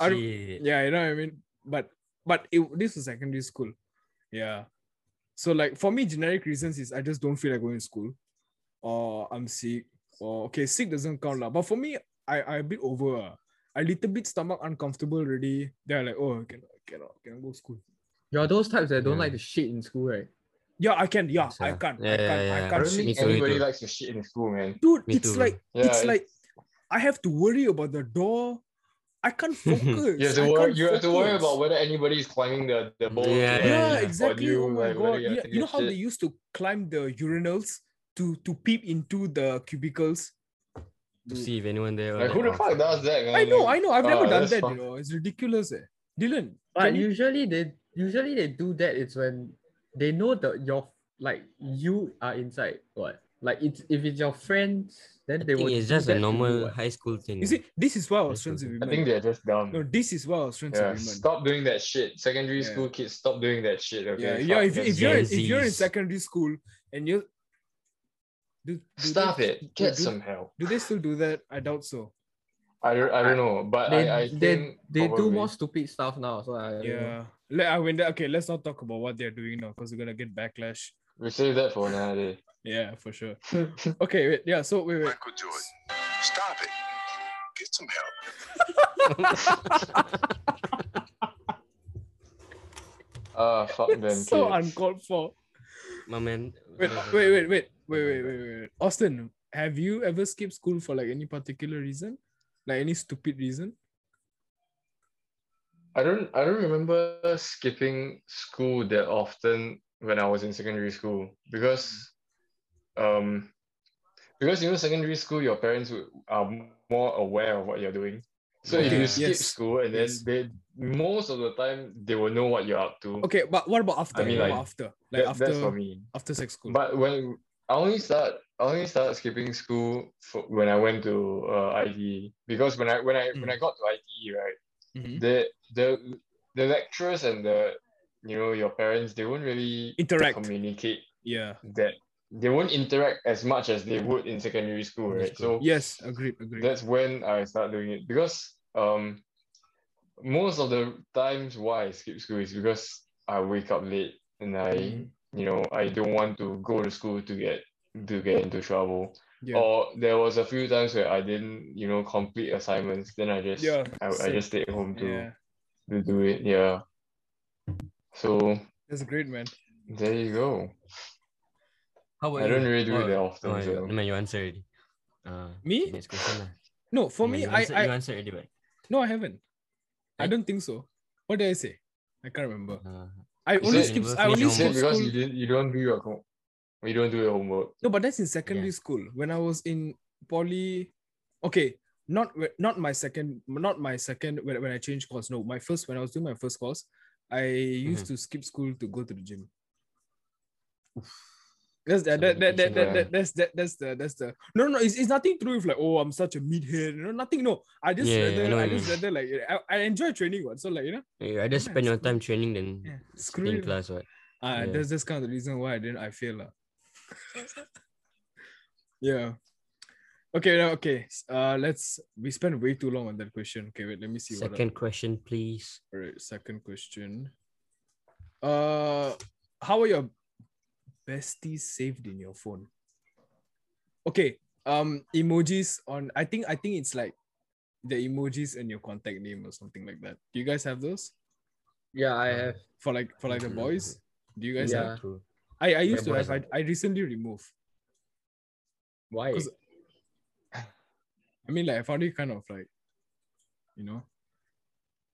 I don't- Shit. Yeah, you know what I mean. But but it, this was secondary school, yeah. So like for me, generic reasons is I just don't feel like going to school, or I'm sick, or okay, sick doesn't count lah. But for me, I I a bit over. ah. I little bit stomach uncomfortable already. Then I like oh cannot cannot cannot go school. You're those types that don't Yeah. like to shit in school, right? Yeah, I can. Yeah, I Yeah. can. I can. I Yeah, yeah, yeah. I can't don't shit. think Me too, me anybody too. likes to shit in school, man. Dude, Me it's too, bro. like Yeah, it's it- like I have to worry about the door. I *laughs* can't focus. You have I to worry. can't You have to worry focus. about whether anybody is climbing the the bowl. Yeah, Yeah, to- yeah. Or exactly. you, oh my like, god. whether you have Yeah, to you know get how they shit. used to climb the urinals to to peep into the cubicles. To see if anyone there. or Like, who the oh, fuck does that, man? I know, I Like, know. I've never ah, done that's that. fuck- You know, it's ridiculous. Eh. Dylan, But can you- usually they usually they do that it's when they know that your like you are inside what like it's if it's your friends I then they think will it's do just a that to you, normal what. high school thing. you see, this is why I was That's friends with I think women. they're just dumb. No, this is why I was friends yeah, with women. stop doing that shit. Secondary Yeah. school kids, stop doing that shit. Okay, Yeah, Fuck, yeah. If, you- that's if you're dumb. in- if you're in Gen Zs. secondary school and you do, do they stop st- it, get do, some help. Do they still do that? I doubt so. I don't, I don't know, but they, I, I they, think they do probably- more stupid stuff now so I don't know. Yeah. Let, I mean, okay. Let's not talk about what they're doing now because we're gonna get backlash. We save that for another day. Yeah, for sure. okay, wait, yeah. So wait, I wait. could do it. Stop it. Get some help. Ah, *laughs* fuck them kids. so uncalled for. My man. *laughs* uh, Wait, wait, wait, wait, wait, wait, wait, wait, wait. Austin, have you ever skipped school for like any particular reason? Like any stupid reason? I don't I don't remember skipping school that often when I was in secondary school because um because you know secondary school your parents would, are more aware of what you're doing. So if Okay, you skip yes. school and then Yes. they most of the time they will know what you're up to. Okay, but what about after? I mean, What like, about after? Like That- that's after for me. after sex school. But when I only start, I only started skipping school for, when I went to uh, IDE because when I when I when I got to IDE, right, Mhm. the the the lecturers and the you know your parents they won't really Interact. communicate Yeah. that they won't interact as much as they would in secondary school, right? So Yes, agreed, agreed. that's when I start doing it because um most of the times why I skip school is because I wake up late and I Mm. Mm-hmm. you know I don't want to go to school to get to get into trouble. Yeah. Or there was a few times where I didn't you know complete assignments. Then I just Yeah, I, I same. just stayed home to yeah. to do it. Yeah. So That's great, man. there you go. How about I you? don't really do How it that about- often. Oh, so. you, no, man, you answer already. Uh, Me? Next question. lah. No, for No, man, me, you I, answer, I you answer already, but no, I haven't. I Eh? don't think so. What did I say? I can't remember. uh, I You only said skip. university I only You homework. skip said because school. you didn't you don't do your home, you don't do your homework. No, but that's in secondary school. When I was in poly, okay, not whe- not my second, not my second when, when I changed course. No, my first when I was doing my first course, I used Mm-hmm. to skip school to go to the gym. That's the, Some that, that, that, dedication that, lah. that, that's that, that's the that's the no no it's, it's nothing to do with like oh I'm such a meathead you know nothing no I just Yeah, I rather know I, what you just mean. rather like I, I enjoy training one so like you know you rather Yeah, spend your screw- time training than yeah screw in it. class, right? Uh, Yeah. that's that's kind of the reason why I didn't I fail. lah. yeah. Okay, now okay. s- Uh let's we spent way too long on that question. Okay, wait, let me see what Second question, please. I, alright, second question. Uh how are your besties saved in your phone? Okay. Um emojis on I think I think it's like the emojis and your contact name or something like that. Do you guys have those? Yeah, I Uh, have. For like for like the Mhm. boys? Do you guys Yeah. have True. I, I used Yeah, to boys have. I, I recently removed. Why? 'Cause- I mean, like I found it kind of like, you know,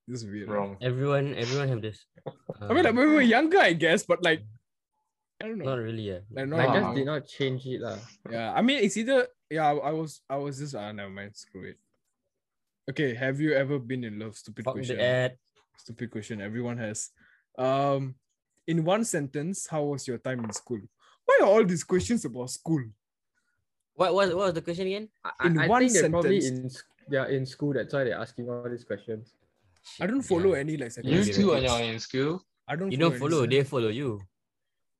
this is weird. right? Wrong. Everyone, everyone have this. I mean, uh, like when we were younger, I guess, but like, I don't know. not really. Yeah. Like, not I really. just did not change it lah. yeah, I mean, it's either yeah. I, I was I was just ah never mind. Screw it. Okay, have you ever been in love? Stupid Fuck question. the ad. Stupid question. Everyone has. Um, in one sentence, how was your time in school? Why are all these questions about school? What was what was the question again? I, I- In I one think they're probably sentence. in sc- they're in school. That's why they're asking all these questions. I don't follow any like secondary You Yeah, two are kids. now in school. I don't. You don't any follow. sec- They follow you.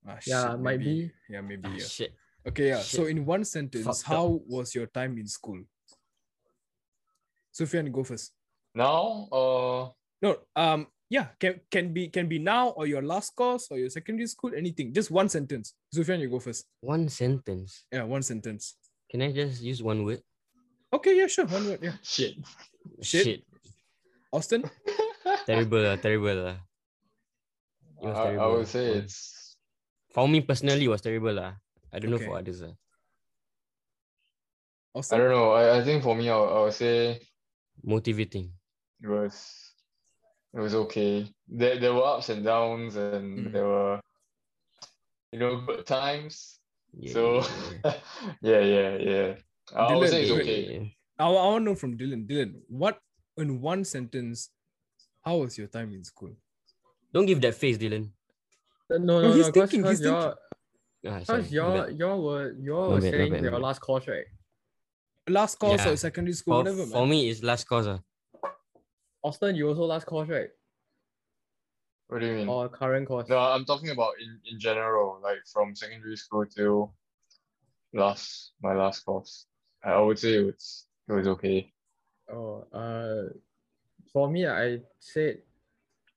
Ah, Yeah, shit, might maybe. be. Yeah, maybe. Ah, Yeah. shit. Okay, yeah. So Shit. in one sentence, Fucked up. how was your time in school? Sufyan, go first. Now, uh, No, um, yeah, can can be can be now or your last course or your secondary school, anything. Just one sentence. Sufyan, you go first. One sentence. Yeah, one sentence. Can I just use one word? Okay, yeah, sure. One word. Yeah. shit. Shit. Austin? *laughs* Terrible, lah, terrible. lah. I, It was *laughs* I terrible. would say Mm. it's For me personally, it was terrible. lah. I don't know for Okay. others. lah. I Austin? don't know. I, I think for me I, would- I would say Motivating. it was it was okay. There there were ups and downs and Mm. there were you know good times. Yeah, *laughs* so yeah, *laughs* yeah, yeah, yeah. I would Dylan, say it's Dylan. okay. yeah. I, wa- I want to know from Dylan. Dylan, what in one sentence, how was your time in school? Don't give that face, Dylan. Uh, No, No, no, no. he's Because thinking, he's thinking. y'all, Ah, sorry, cause my y'all, bad. y'all were My y'all were bad, my saying bad, my your bad. last course, right? Last course Yeah. or secondary school, for, whatever, for man. me, it's last cause. ah. Austin, you also last course, right? What do you Oh. Mm. mean? Or current course? No, I'm talking about in, in general, like from secondary school till last my last course. I I would say it was it was okay. Oh, uh, for me, I said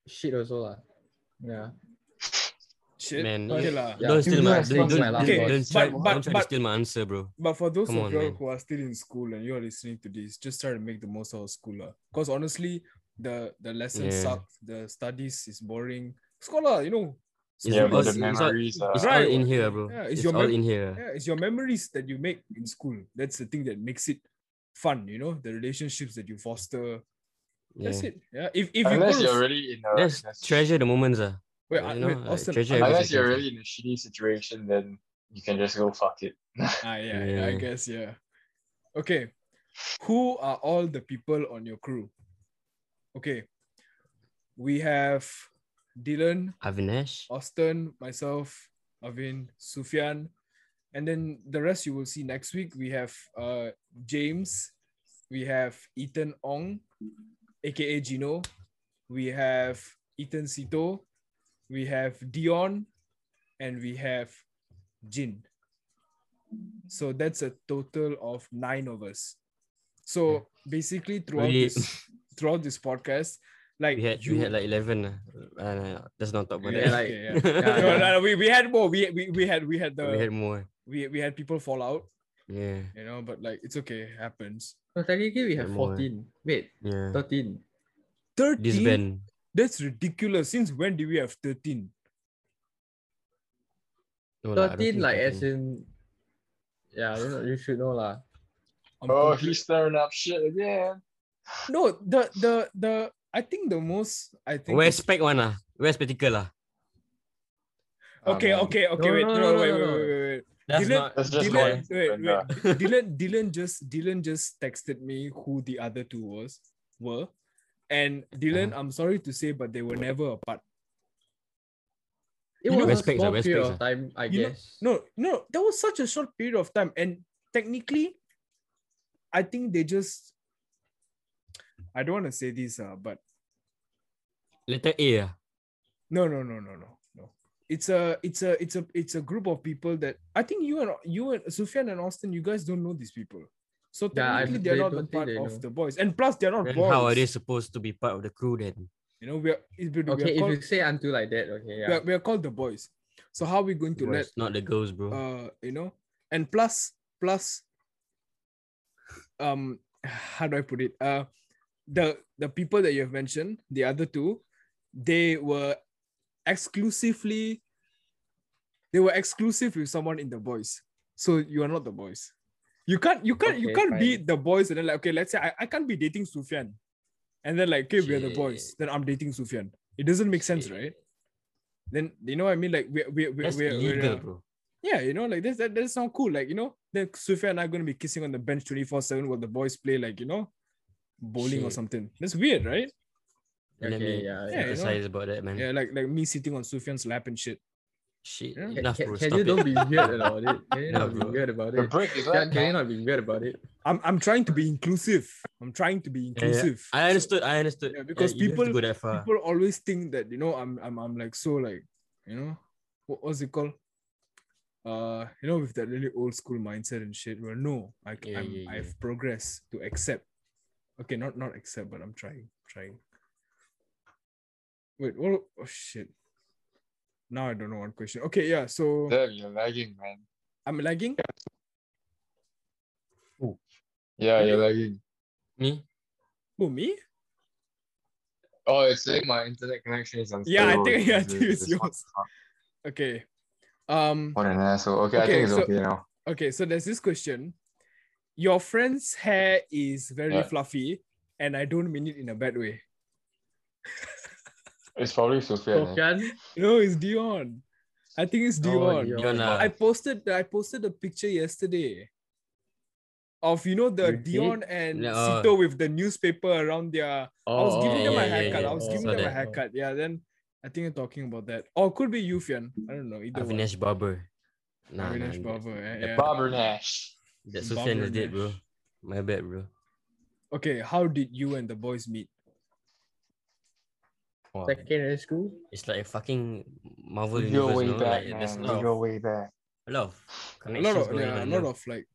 shit also lah. Yeah. shit. Man, okay you- lah. Yeah. Don't steal my That's don't, not don't, my last don't- word. don't try, Okay, but- don't try but- to steal my answer, bro. But for those Come of on, you all man. who are still in school and you are listening to this, just try to make the most out of school. Because honestly, the the lessons Yeah. suck. The studies is boring. Scholar, you know. It's yeah, school but is- the because it's not- memories are. It's Right, all in okay. here, bro. Yeah, it's it's your all mem- in here. yeah, it's your memories that you make in school. That's the thing that makes it fun, you know, the relationships that you foster. Yeah. That's it. Yeah. If if you go Unless to- you're already in a, Let's in a- treasure the moments, ah. wait, you I- know, wait, like, Austin, I- treasure every unless you're second. really in a shitty situation, then you can just go fuck it. Ah, yeah, yeah, I Yeah. guess, yeah. Okay. Who are all the people on your crew? Okay. We have Dylan, Avinash. Austin, myself, Avin, Sufyan. And then the rest you will see next week. We have uh James, we have Ethan Ong, aka Gino, we have Ethan Sito, we have Dion, and we have Jin. So that's a total of nine of us. So basically throughout Really- this throughout this podcast, like We had you, we had like eleven. ah. Uh, let's not talk about *laughs* Yeah, that. *laughs* like- okay, no, no, no, we, we had more. We, we, we had we had the we we had, had more. we, had people fall out, Yeah, you know, but like it's okay, happens. No, technically we have Yeah, more. 14. Wait, yeah. 13. 13 This band. that's ridiculous. Since when do we have 13? No, lah, I don't 13 think like as 13. in yeah, you, know, you should know lah. I'm Oh, complete- he's stirring up shit again. no, the the the I think the most I think Where's spec one ah? Where's spectacle ah? is- okay, Ah, man. okay, okay, No, wait, no, no, no, no, wait, wait, no. wait, wait, wait. That's Dylan- not. Oh, That's just Dylan, one. wait, wait. Brenda. Dylan Dylan just Dylan just texted me who the other two was were. And Dylan, I'm sorry to say, but they were never apart. It You know- was a Respects ah, small period respects of time, I You know- guess. No, no, that was such a short period of time, and technically, I think they just. I don't want to say this, uh, but Letter A ah. no, no, no, no, no, no. It's a, it's a, it's a, it's a group of people that I think you and you and Sufyan and Austin, you guys don't know these people, so Yeah, I- technically they're they not the don't think part they of know. the boys, and plus they're not Then Oh, boys. how are they supposed to be part of the crew then? You know, we are, it- we are okay, if called, you say until like that, okay, we, yeah. are, we are called the boys. So how are we going to let It's not the girls, bro. uh you know and plus plus um *sighs* how do i put it uh the the people that you have mentioned the other two they were exclusively they were exclusive with someone in the boys so you are not the boys you can't you can't you Okay, can't be the boys and then like okay let's say i, I can't be dating sufyan and then like okay we're the boys Shit. then i'm dating sufyan it doesn't make sense Shit. right then you know what i mean like we're we're we're, That's we're, we're illegal, uh, bro. yeah, you know, like this that that's not cool. Like, you know, then Sufia and I are gonna be kissing on the bench 24-7 while the boys play, like, you know, bowling or Shit. something. That's weird, right? Let Okay, me yeah, yeah, you know. emphasize about that, man. Yeah, like like me sitting on Sufian's lap and shit. Shit, Yeah. Can, enough, can- bro. can Stop you it. don't be weird about it? Can you Nah, not be bro. weird about The it? break is Can, like can you not be weird about it? I'm I'm trying to be inclusive. I'm trying to be Yeah, yeah. inclusive. *laughs* I understood. I understood. Yeah, because you don't have to people- go that far. People always think that you know I'm I'm I'm like so like you know what was it called? Uh, you know, with that really old school mindset and shit. Well, no, I Yeah, I'm, yeah, yeah. I've progressed to accept. Okay, not not accept, but I'm trying, trying. Wait, what? Oh shit! Now I don't know one question. Okay, yeah. So *laughs* Damn, you're lagging, man. I'm lagging. Yeah, you're lagging. Me? Who me? Oh, it's saying my internet connection is unstable. Yeah, I think- yeah, I think Jesus, it's yours. Okay. Um. What an asshole. Okay, I Okay, think it's so- okay now. Okay, so there's this question. Your friend's hair is very Yeah. fluffy, and I don't mean it in a bad way. It's probably Sophia. eh? Sofyan? No, it's Dion. I think it's Dion. Oh, Dion. Dion, ah. I posted I posted a picture yesterday of you know the With Dion and No. Sito with the newspaper around their. I was giving them uh, oh, a yeah, yeah, haircut. yeah. I was Oh, giving saw them a that. haircut. Yeah, then I think you're talking about that. Or could be Yufian. I don't know. Either one. Avinash Barber. Nah, nah, Avinash Barber, yeah, that- yeah. Barber Nash. That Sufyan is dead, Barber bro. Nash. My bad, bro. Okay, how did you and the boys meet? Wow. Secondary school? It's like a fucking Marvel We universe, go way no? back, Like, there's a man. lot We of, go way back. a lot of a lot connections of going yeah, a on. lot bro. of like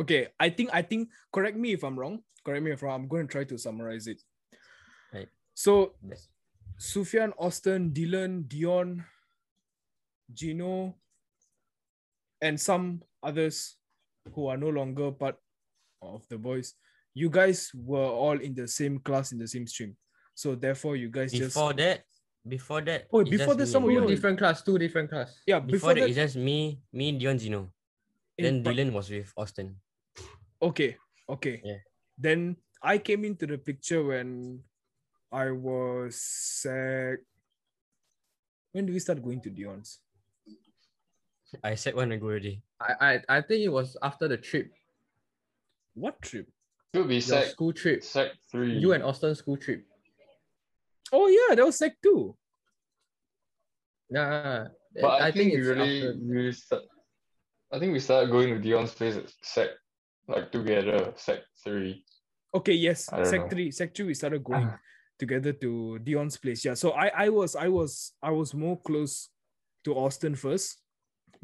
okay i think i think correct me if i'm wrong correct me if i'm wrong i'm going to try to summarize it Right. so Yes. sufyan austin dylan dion Gino, and some others who are no longer part of the boys, you guys were all in the same class in the same stream. So therefore, you guys just Before that, before that. Oh, it's before just that, me some of you Yeah. and Two Dion. different class, two different class. yeah Before that, that it's just me, me, Dion, Gino. Then in pri- Dylan was with Austin. Okay, okay. Yeah. Then I came into the picture when I was sec. When do we start going to Dion's? I said one ago already. I, I I think it was after the trip, What trip? Should be your sec school trip, sec three. you and Austin school trip. Oh yeah, that was sec two. Nah, but I, think, we it's really after- we start, I think we started going to Dion's place at sec like together sec three. Okay, yes, I don't sec know. three. Sec three, we *clears throat* started going together to Dion's place. Yeah. So I, I was, I was, I was more close to Austin first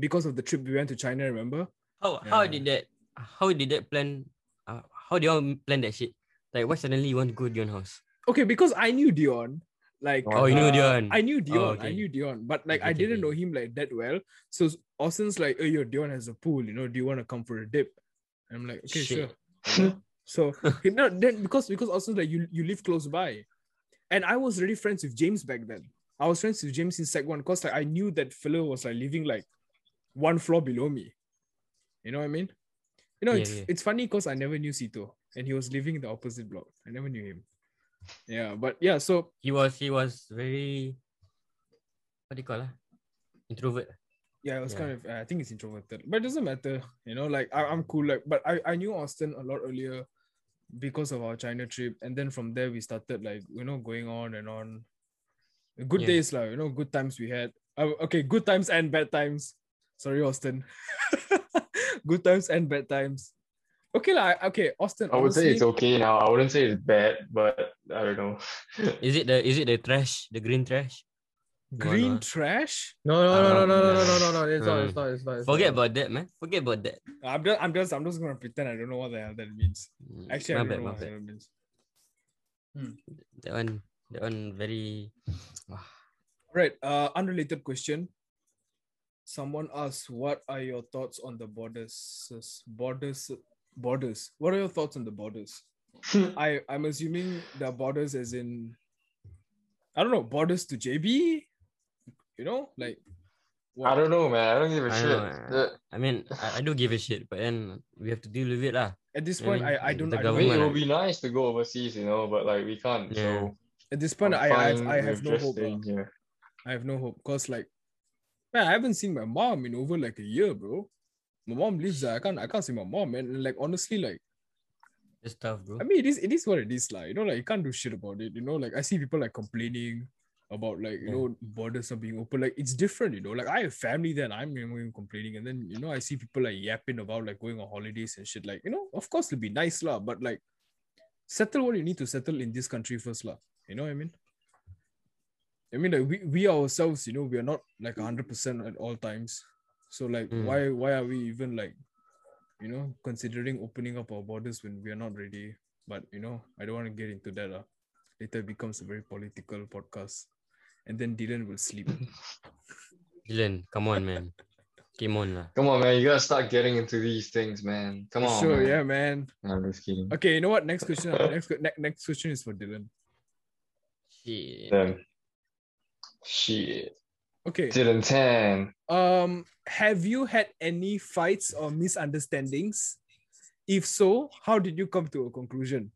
because of the trip we went to China. Remember? How how Yeah. did that how did that plan uh, how do you all plan that shit? Like why suddenly you want to go to Dion house? Okay, because I knew Dion. Like uh, Oh, you knew Dion. I knew Dion. I okay. knew Dion, but like Okay, I okay, didn't okay. know him like that well. So Austin's like, "Oh, yo, Dion has a pool. You know, do you want to come for a dip?" And I'm like, "Okay, Shit. sure." *laughs* So you know, then because because Austin's like, "You you live close by," and I was already friends with James back then. I was friends with James in Sec One because like I knew that fellow was like living like one floor below me. You know what I mean? You know, Yeah, it's yeah. it's funny because I never knew Sito, and he was living in the opposite block. I never knew him. Yeah, but yeah, so He was he was very what do you call it? Introvert. yeah, it was Yeah. kind of. I think it's introverted, but it doesn't matter. You know, like I, I'm cool. Like, but I, I knew Austin a lot earlier because of our China trip, and then from there we started like you know going on and on. Good Yeah. days, like you know, good times we had. Uh, okay, good times and bad times. Sorry, Austin. *laughs* good times and bad times. Okay, like okay, Austin. I would honestly, say it's okay now. I wouldn't say it's bad, but I don't know. Is it the is it the trash, the green trash? You all green know, ah. trash. No, no, no, no, no, no, no, no, no, no. It's not. Mm. It's not. It's not. It's Forget not. about that, man. Forget about that. I'm just, I'm just, I'm just gonna pretend I don't know what the hell that means. Mm, Actually, I my don't bad, know my what that bad. means. That one that one very Right. Uh, unrelated question. Someone asked, "What are your thoughts on the borders? Borders, borders. What are your thoughts on the borders?" I I'm assuming the borders as in, I don't know, borders to JB. You know, like. I don't know, man. I don't give a I shit. don't know, The- I mean I, I do give a shit, but then we have to deal with it lah. At this I point, mean, I I don't. I Mm, the don't I mean, government- it know. would be nice to go overseas, you know, but like we can't. Yeah. So At this point, I'm I I have, fine I have with no just hope. staying ah. here. I have no hope because like, man, I haven't seen my mom in over like a year, bro. My mom lives there. I can't I can't see my mom, man. And like honestly, like. It's tough, I bro. mean, it is it is what it is, like you know, like you can't do shit about it. You know, like I see people like complaining about like you Yeah. know borders not being open. Like it's different, you know. Like I have family then I'm even complaining, and then you know I see people like yapping about like going on holidays and shit. Like you know, of course it'll be nice lah, but like settle what you need to settle in this country first lah. You know what I mean? I mean, like we we ourselves, you know, we are not like hundred percent at all times. So like, Hmm. Mm. why why are we even like, you know, considering opening up our borders when we are not ready? But you know, I don't want to get into that. Uh. Later it becomes a very political podcast, and then Dylan will *laughs* sleep. Dylan, come on, man. Come on lah. Come on, man. You gotta start getting into these things, man. Come on. sure, man. yeah, man. No, I'm just kidding. Okay, you know what? Next question. uh, next que- ne- next question is for Dylan. Shit. Then. Shit. Okay. Dylan Tan. Um, have you had any fights or misunderstandings? If so, how did you come to a conclusion?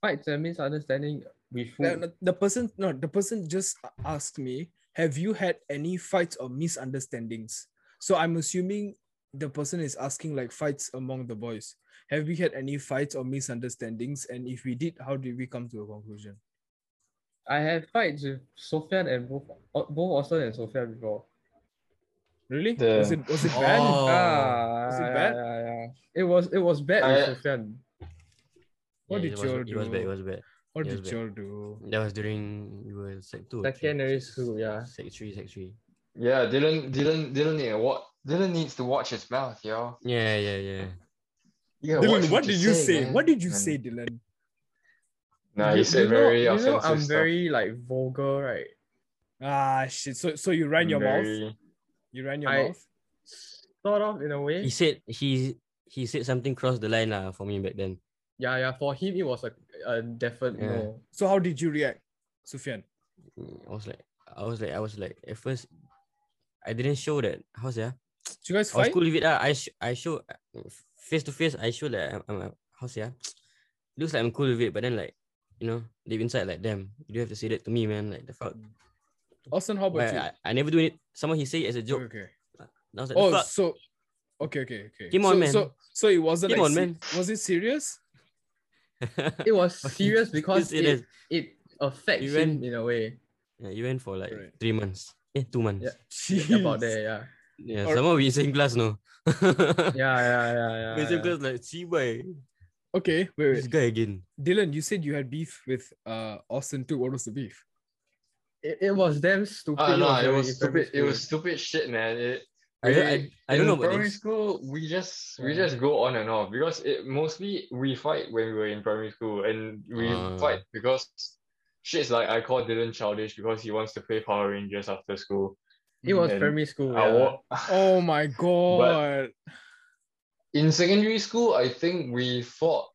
Fights and misunderstanding with No, food. no, the person no the person just a- asked me have you had any fights or misunderstandings so i'm assuming the person is asking like fights among the boys have we had any fights or misunderstandings and if we did how did we come to a conclusion I had fights with Sofian and both uh, both Austin and Sofian before. really The- was it was it bad Oh. Ah, Is it yeah, bad? Yeah, yeah. It was it was bad I- with Sofian. What did Yeah, it was, y'all It was bad. It do? was bad. what yeah, did but- y'all do That was during you were sec two. or three? Secondary school, yeah. Sec three, sec three. Yeah, Dylan Dylan Dylan need to watch Dylan needs to watch his mouth, yo. Yeah, yeah, yeah. Yeah, dylan what did you say what did you say dylan No, he said very you know, you know offensive I'm stuff. very like vulgar, right? Ah shit. So so you ran your mouth. Very- You ran your I- mouth. Sort of in a way. He said he he said something crossed the line lah for me back then. Yeah, yeah. For him, it was a, a definite Yeah. no. So how did you react, Sufyan? Mm, I was like I was like I was like at first I didn't show that how's that? Did you guys I was fight? cool with it lah. I sh- I show face to face. I show that I'm, I'm a- how's yeah. Looks like I'm cool with it, but then like you know deep inside like damn you do have to say that to me man like the fuck. Austin, how about Like, you? I, I never do it. Someone he say it as a joke. Okay. And I was like, Oh, the fuck? so okay, okay, okay. Game so, on, man. So, so it wasn't. Game like on, se- man. Was it serious? It *laughs* was Fucking serious because serious it it, is. it, affects We him went- in a way. yeah, you went for like Right. three months. Eh, two months. Yeah. Jeez. About there, yeah. Yeah, Or- somehow we same class no. *laughs* Yeah, yeah, yeah, yeah. we same yeah. class like see boy. Okay, wait, This wait. guy again. Dylan, you said you had beef with uh Austin too. What was the *sighs* beef? It, it was damn stupid. I don't know. Ah, It very was primary stupid. It was school. stupid shit, man. It. I don't, I, really- I don't in know about primary this. school. We just we Yeah. just go on and off because it mostly we fight when we were in primary school and we Ah. fight because shit's like I call Dylan childish because he wants to play Power Rangers after school. It was and primary school. Mm-hmm. I yeah. wa- Oh my god. in secondary school, I think we fought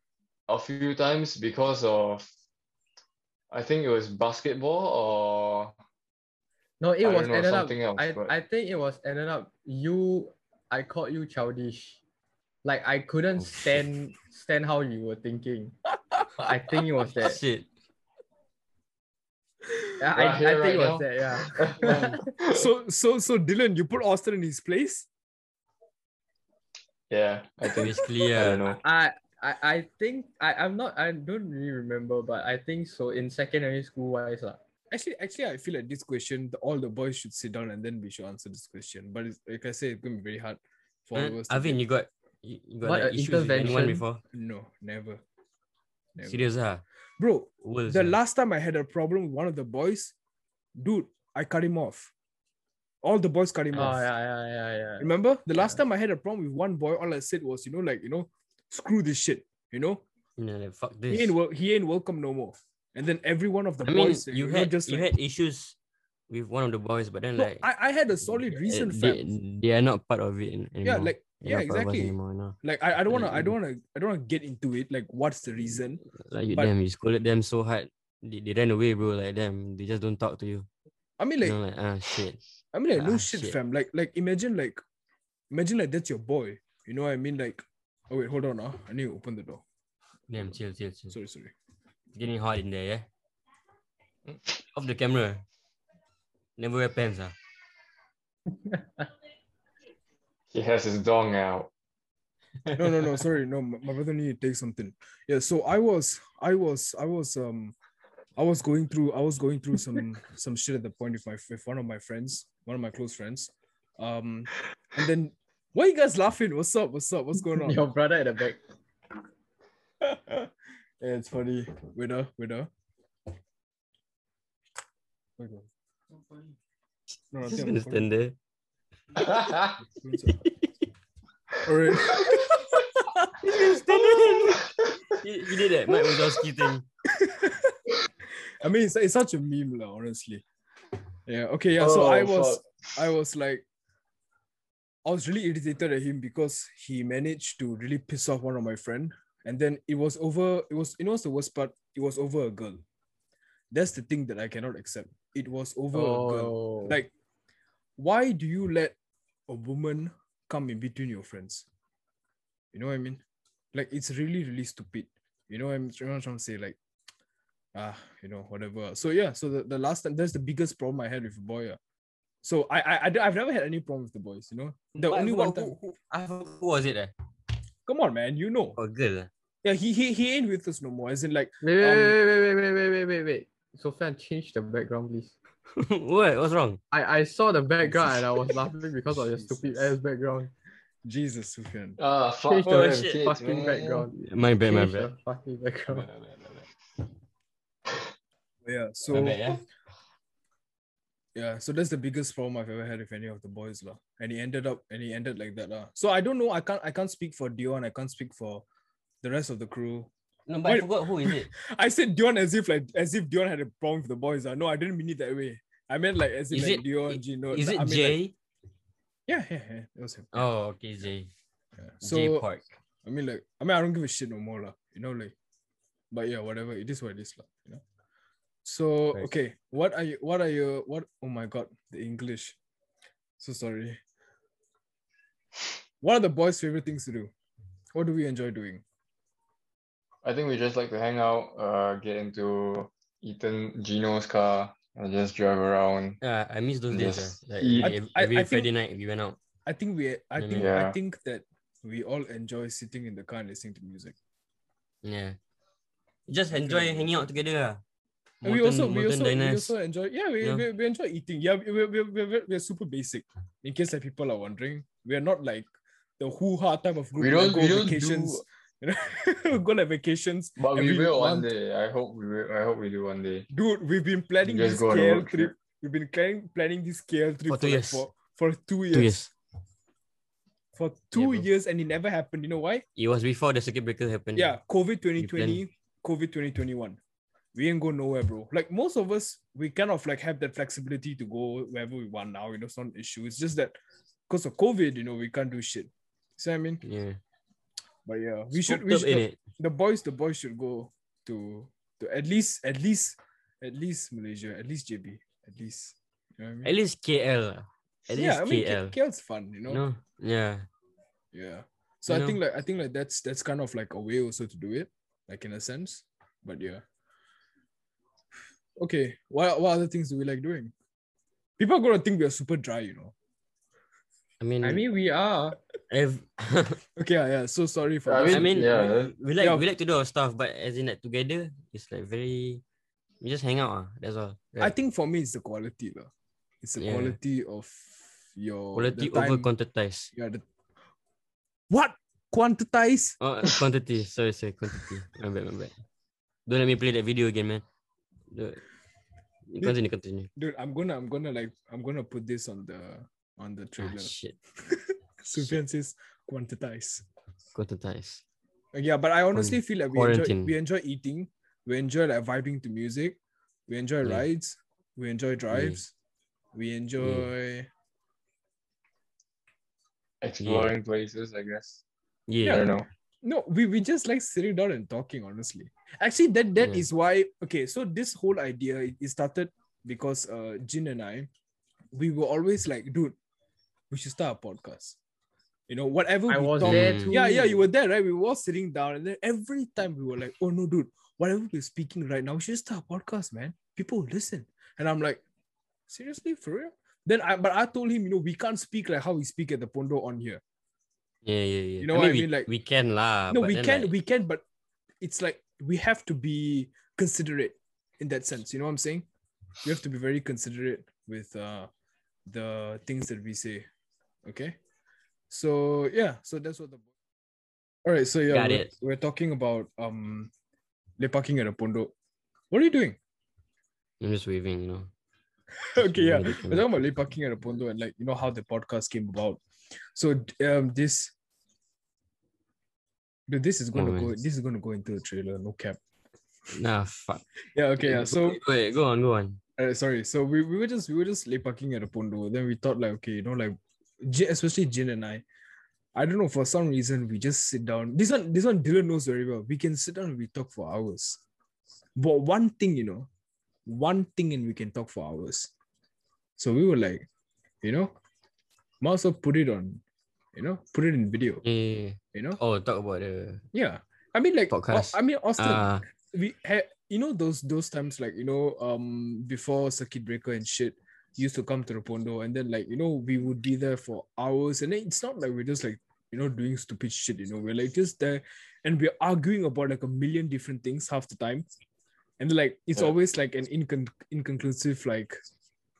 a few times because of I think it was *laughs* basketball No, it I don't was know, ended up. something else, I, but- I think it was ended up. You, I called you childish. Like I couldn't Oh, shit. stand stand how you were thinking. *laughs* I think it was that. Shit. Yeah, I, Right I here, think right it was now. that. Yeah. or So so so Dylan, you put Austin in his place? *laughs* yeah. I think *laughs* Basically, I don't yeah. know. *laughs* I I, I think I, I'm not I don't really remember but I think so in secondary school wise lah. Actually, actually, I feel like this question, the, all the boys should sit down and then we should answer this question. But it's, like I say, it's gonna be very hard for all of us. to Uh, Avin, get- Hmm? you got you you got What like, a issues with anyone intervention. before? no, never, never. Serious ah. bro. Worlds, The ah. last time I had a problem with one of the boys, dude, I cut him off. All the boys cut him Oh off. yeah yeah yeah yeah. Remember the last Yeah. time I had a problem with one boy, all I said was, you know, like you know, screw this shit. You know, Yeah, like, fuck this. he ain't wel- he ain't welcome no more. And then every one of the I mean, boys, you know, had just you like- had issues with one of the boys, but then No, like I, I had a solid uh, reason, fam. they, they are not part of it an- yeah, anymore. like They yeah, are part of us exactly. Anymore, you know? Like I, I don't wanna I Like, don't wanna I don't wanna get into it. Like what's the reason? Like you But- damn, you scolded them so hard, they, they ran away, bro. Like damn, they just don't talk to you. I mean like You know, like ah shit. I mean like no Ah, shit, shit. fam. Like like imagine like imagine like that's your boy. You know what I mean? Like oh wait, hold on now. I need to open the door. Damn, chill, chill, chill. Sorry, sorry. Getting hot in there, yeah. Off the camera. Never wear pants, ah. He has his dong out. *laughs* No, no, no, sorry. No, my, my brother need to take something. Yeah, so I was I was I was um I was going through I was going through some *laughs* some shit at the point with my with one of my friends, one of my close friends. Um and then why you guys laughing? What's up? What's up? What's going on? Your brother at the back. yeah, it's funny. Winner, winner. Okay. No, I Just think I'm gonna stand there. All right. He, he did that Mike Wazowski thing. I mean, it's, it's such a meme, lah. honestly. Yeah. Okay. Yeah. so I Oh, was, fuck. I was like, I was really irritated at him because he managed to really piss off one of my friend, and then it was over. It was, you know, what's the worst part? It was over a girl. That's the thing that I cannot accept. It was over a girl. Oh Like, why do you let a woman come in between your friends? You know what I mean? Like, it's really, really stupid. You know what I'm trying, trying to say? Like, ah, you know, whatever. So, yeah, so the, the last time, that's the biggest problem I had with a boy. ah. So, I, I, I, don't- I've never had any problem with the boys, you know? The But only who- one who- time. who- I forgot who was it? Eh? Come on, man, you know. Oh, girl. *laughs* ah. Yeah, he, he, he ain't with us no more. As in, like, wait, um, wait, wait, wait, wait, wait, wait, wait, wait, wait. Sofia, change the background, please. what? What's wrong? I, I saw the background and I *laughs* was laughing because of your Jesus. stupid ass background. Jesus, Sufyan. Ah, *laughs* fuck Change all the them shit, kids, fucking man. background. My bad, my Change bad. the fucking Blah, background. blah, blah, blah, blah. Yeah, so. My bad, yeah. Yeah, so that's the biggest problem I've ever had with any of the boys, lah. And he ended up and he ended like that, lah. So I don't know. I can't I can't speak for Dion. I can't speak for the rest of the crew. No, but I Wait. *laughs* forgot who is it. I said Dion as if like as if Dion had a problem with the boys. I no, I didn't mean it that way. I I meant like as in Is like it- Dior i- and Gino. Is like, it I mean, J? Like, yeah, yeah, yeah. It was him. oh, okay, J. Yeah. J So Park. I mean, like, I mean, I don't give a shit no more, lah. You know, like, but yeah, whatever. It is what it is, lah. You know. So Right. okay, what are you? What are your? What? Oh my god, the English. So sorry. What are the boys' favorite things to do? What do we enjoy doing? I think we just like to hang out, uh, get into Ethan Gino's car and just drive around. Uh, I miss those Yes. days. Yeah. Like, Yeah. every, I- I- every I think- Friday night we went out. I think we. I Mm, think. I yeah. think that we all enjoy sitting in the car and listening to music. Yeah. Just Okay. enjoy hanging out together. lah. And we also we also, Molten we diners. also enjoy yeah we, Yeah. we, we enjoy eating yeah we we we we we're, we're super basic in case like people are wondering we are not like the hoo ha type of group We that don't- go we don't vacations *laughs* you know *laughs* go like vacations But Every we will one month. day. I hope we will, I hope we do one day. dude we've been planning just this go on a KL road trip. trip. we've been planning planning this KL trip For two like, years. for, for two years Two years. for two bro. years and it never happened you know why It was before the circuit breaker happened. yeah covid 2020 covid 2021 we ain't go nowhere bro like most of us we kind of like have that flexibility to go wherever we want now you know it's not an issue it's just that because of covid you know we can't do shit see what i mean Yeah. but yeah we should, Spooked we up should in the, it. the boys the boys should go to to at least at least at least malaysia at least jb at least you know what i At mean least KL. lah. At least yeah i mean K- KL. KL's fun you know No. Yeah. yeah so You i know? think like i think like that's that's kind of like a way also to do it like in a sense but yeah okay what, what other things do we like doing people are gonna think we are super dry you know I mean, I mean, we are. ev- *laughs* okay yeah, yeah so sorry for I that. I mean, yeah. we, we like Yeah. we like to do our stuff, but as in like together, it's like very. We just hang out. Ah, that's all. i Right? think for me it's the quality lah. it's the Yeah. quality of your Oh, the Quality time- over quantities. yeah, the, what quantities Oh, quantity. *laughs* Sorry, sorry, quantity. My bad, my bad. Don't let me play that video again, man. Don't- Continue, continue. dude i'm gonna i'm gonna like i'm gonna put this on the on the Ah, trailer shit. *laughs* Sufyan says quantities Quantities. Uh, Yeah, but I honestly feel like we enjoy quarantine. we enjoy eating, we enjoy like vibing to music, we enjoy Yeah. rides, we enjoy drives, we enjoy Exploring places, I guess. I Yeah. don't know. no, we, we just like sitting down and talking, honestly. Actually, that that is Yeah. why okay, so this whole idea it- it started because uh Jin and I we were always like, dude, we should start a podcast. You know, whatever I we was talk there Mm. too. Yeah, yeah, you were there, right? We were all sitting down, and then every time we were like, "Oh no, dude, whatever we're speaking right now, we should start a podcast, man. People will listen." And I'm like, "Seriously, for real?" Then I, but I told him, you know, we can't speak like how we speak at the Pondo on here. Yeah, yeah, yeah. You know what I we, mean, like- we can lah. no, Ah, but we then, can, like, we can, but it's like we have to be considerate in that sense. You know what I'm saying? We have to be very considerate with uh, the things that we say. Okay, so yeah, so that's what the. All right, so yeah, Got we're, it. we're talking about um, le parking at a pondo. What are you doing? I'm just waving, you know. *laughs* okay, yeah. Really We're talking about Lee Parking and Apondo and like you know how the podcast came about. So d- um this Dude, this is gonna go Moments. this is gonna go into the trailer, no cap. Nah, fuck. Yeah, okay, yeah. So wait, go on, go on. uh, sorry, so we, we were just we were just lay parking at a pondo. Then we thought like okay, you know, like J- especially Jin and I. I don't know, for some reason we just sit down. This one, this one Dylan knows very well. We can sit down and we talk for hours. But one thing, you know, one thing and we can talk for hours. So we were like, you know, might as well put it on, you know, put it in video, Yeah, yeah, yeah. you know? Oh, talk about the Yeah. I mean, like, Podcast. I mean, Austin, ah we had you know those those times like you know um before circuit breaker and shit used to come to the pondo and then like you know we would be there for hours and then it's not like we're just like you know doing stupid shit you know we're like just there and we're arguing about like a million different things half the time and like it's Yeah. always like an incon- inconclusive like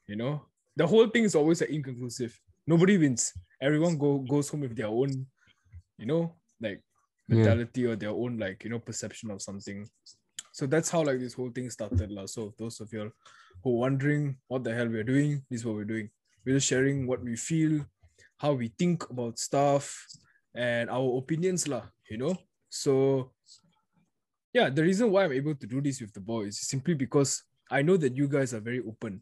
you know the whole thing is always like inconclusive nobody wins everyone go goes home with their own you know like Yeah. mentality or their own like you know perception of something so that's how like this whole thing started lah. so those of you all who are wondering what the hell we're doing this is what we're doing we're just sharing what we feel how we think about stuff and our opinions lah. you know so yeah the reason why i'm able to do this with the boys is simply because i know that you guys are very open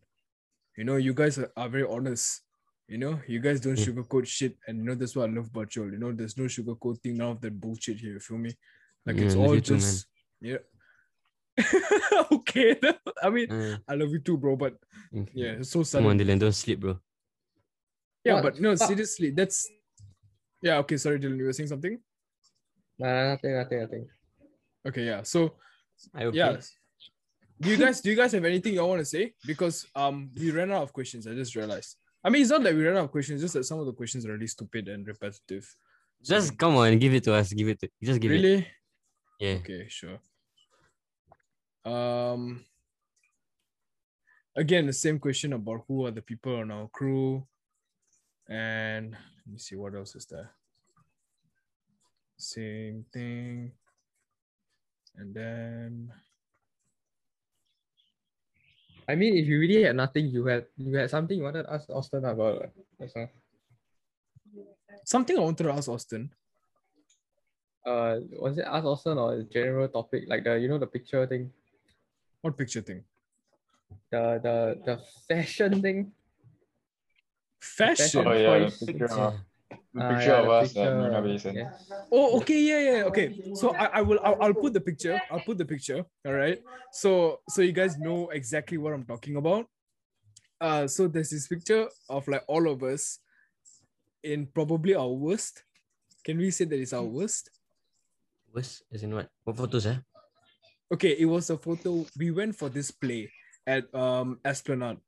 You know, you guys are, are very honest. You know, you guys don't Mm. sugarcoat shit, and you know that's what I love about y'all. You know, there's no sugarcoating none of that bullshit here. You feel me? Like it's Yeah, I love all you too, man. just yeah. *laughs* okay, I mean, Uh, I love you too, bro. But okay. yeah, it's so Come sudden. on, Dylan, don't sleep, bro. Yeah, What but no, fuck? seriously, that's yeah. Okay, sorry, Dylan, you were saying something. Nah, nothing, nothing, nothing. Okay, yeah. So I okay. yeah, do you guys do you guys have anything you want to say? Because um, we ran out of questions. I just realized. I mean, it's not that we ran out of questions. Just that some of the questions are really stupid and repetitive. Mm. Just come on, give it to us. Give it to just give it. really? Yeah. Okay, sure. Um. Again, the same question about who are the people on our crew, and let me see what else is there. Same thing, and then I mean, if you really had nothing, you had you had something you wanted to ask Austin about. right? That's all. something I wanted to ask Austin. Uh, was it ask Austin or a general topic like the you know the picture thing, What picture thing? the the the fashion thing? Fashion. Oh, Oh yeah, the Choice. picture, of, the Ah, picture yeah, of us uh, the at picture, Marina Basin. yeah. Oh, okay, yeah, yeah. Okay, so I, I will I'll, I'll put the picture. I'll put the picture. All right. So so you guys know exactly what I'm talking about. Uh, so there's this picture of like all of us in probably our worst. Can we say that it's our worst? Worst is in what? What photos, eh? Okay, it was a photo. We went for this play at um Esplanade.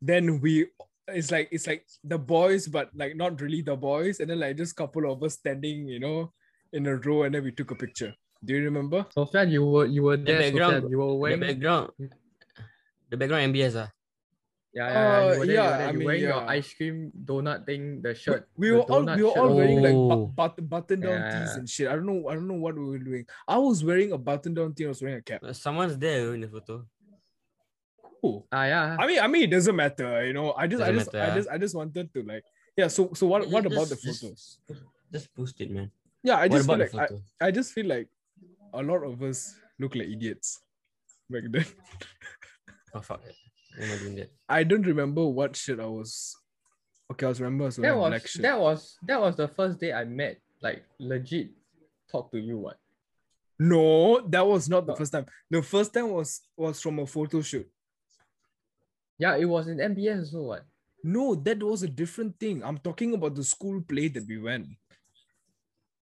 Then we it's like it's like the boys, but like not really the boys, and then like just couple of us standing, you know, in a row, and then we took a picture. Do you remember? Sofian, you were you were there. background, Sofian, you were The wearing. background. The background MBS, ah. Yeah, yeah, yeah. Uh, You were there, yeah, you were there. I You mean, wearing your yeah. ice cream donut thing, the shirt. We the were all donut we were shirt. all wearing like Oh. bu- but- button down tees Yeah. and shit. I don't know I don't know what we were doing. I was wearing a button down tee. I was wearing a cap. Uh, Someone's there in the photo. Oh. Ah, yeah. I mean I mean it doesn't matter, you know. I just I Doesn't just I matter. just I just wanted to like yeah. So so what Ju- what ju- about the just- photos? Just, just post it, man. Yeah, I what just about feel the like I, photo? I just feel like a lot of us look like idiots back then. *laughs* Oh fuck it. I'm not doing that. I don't remember what shit I was. Okay, I was remember I was that wearing was black shit. that was that was the first day I met like legit talk to you what No, that was not the Oh. first time. The first time was was from a photo shoot. yeah it was in MBS also what No, that was a different thing. I'm talking about the school play that we went.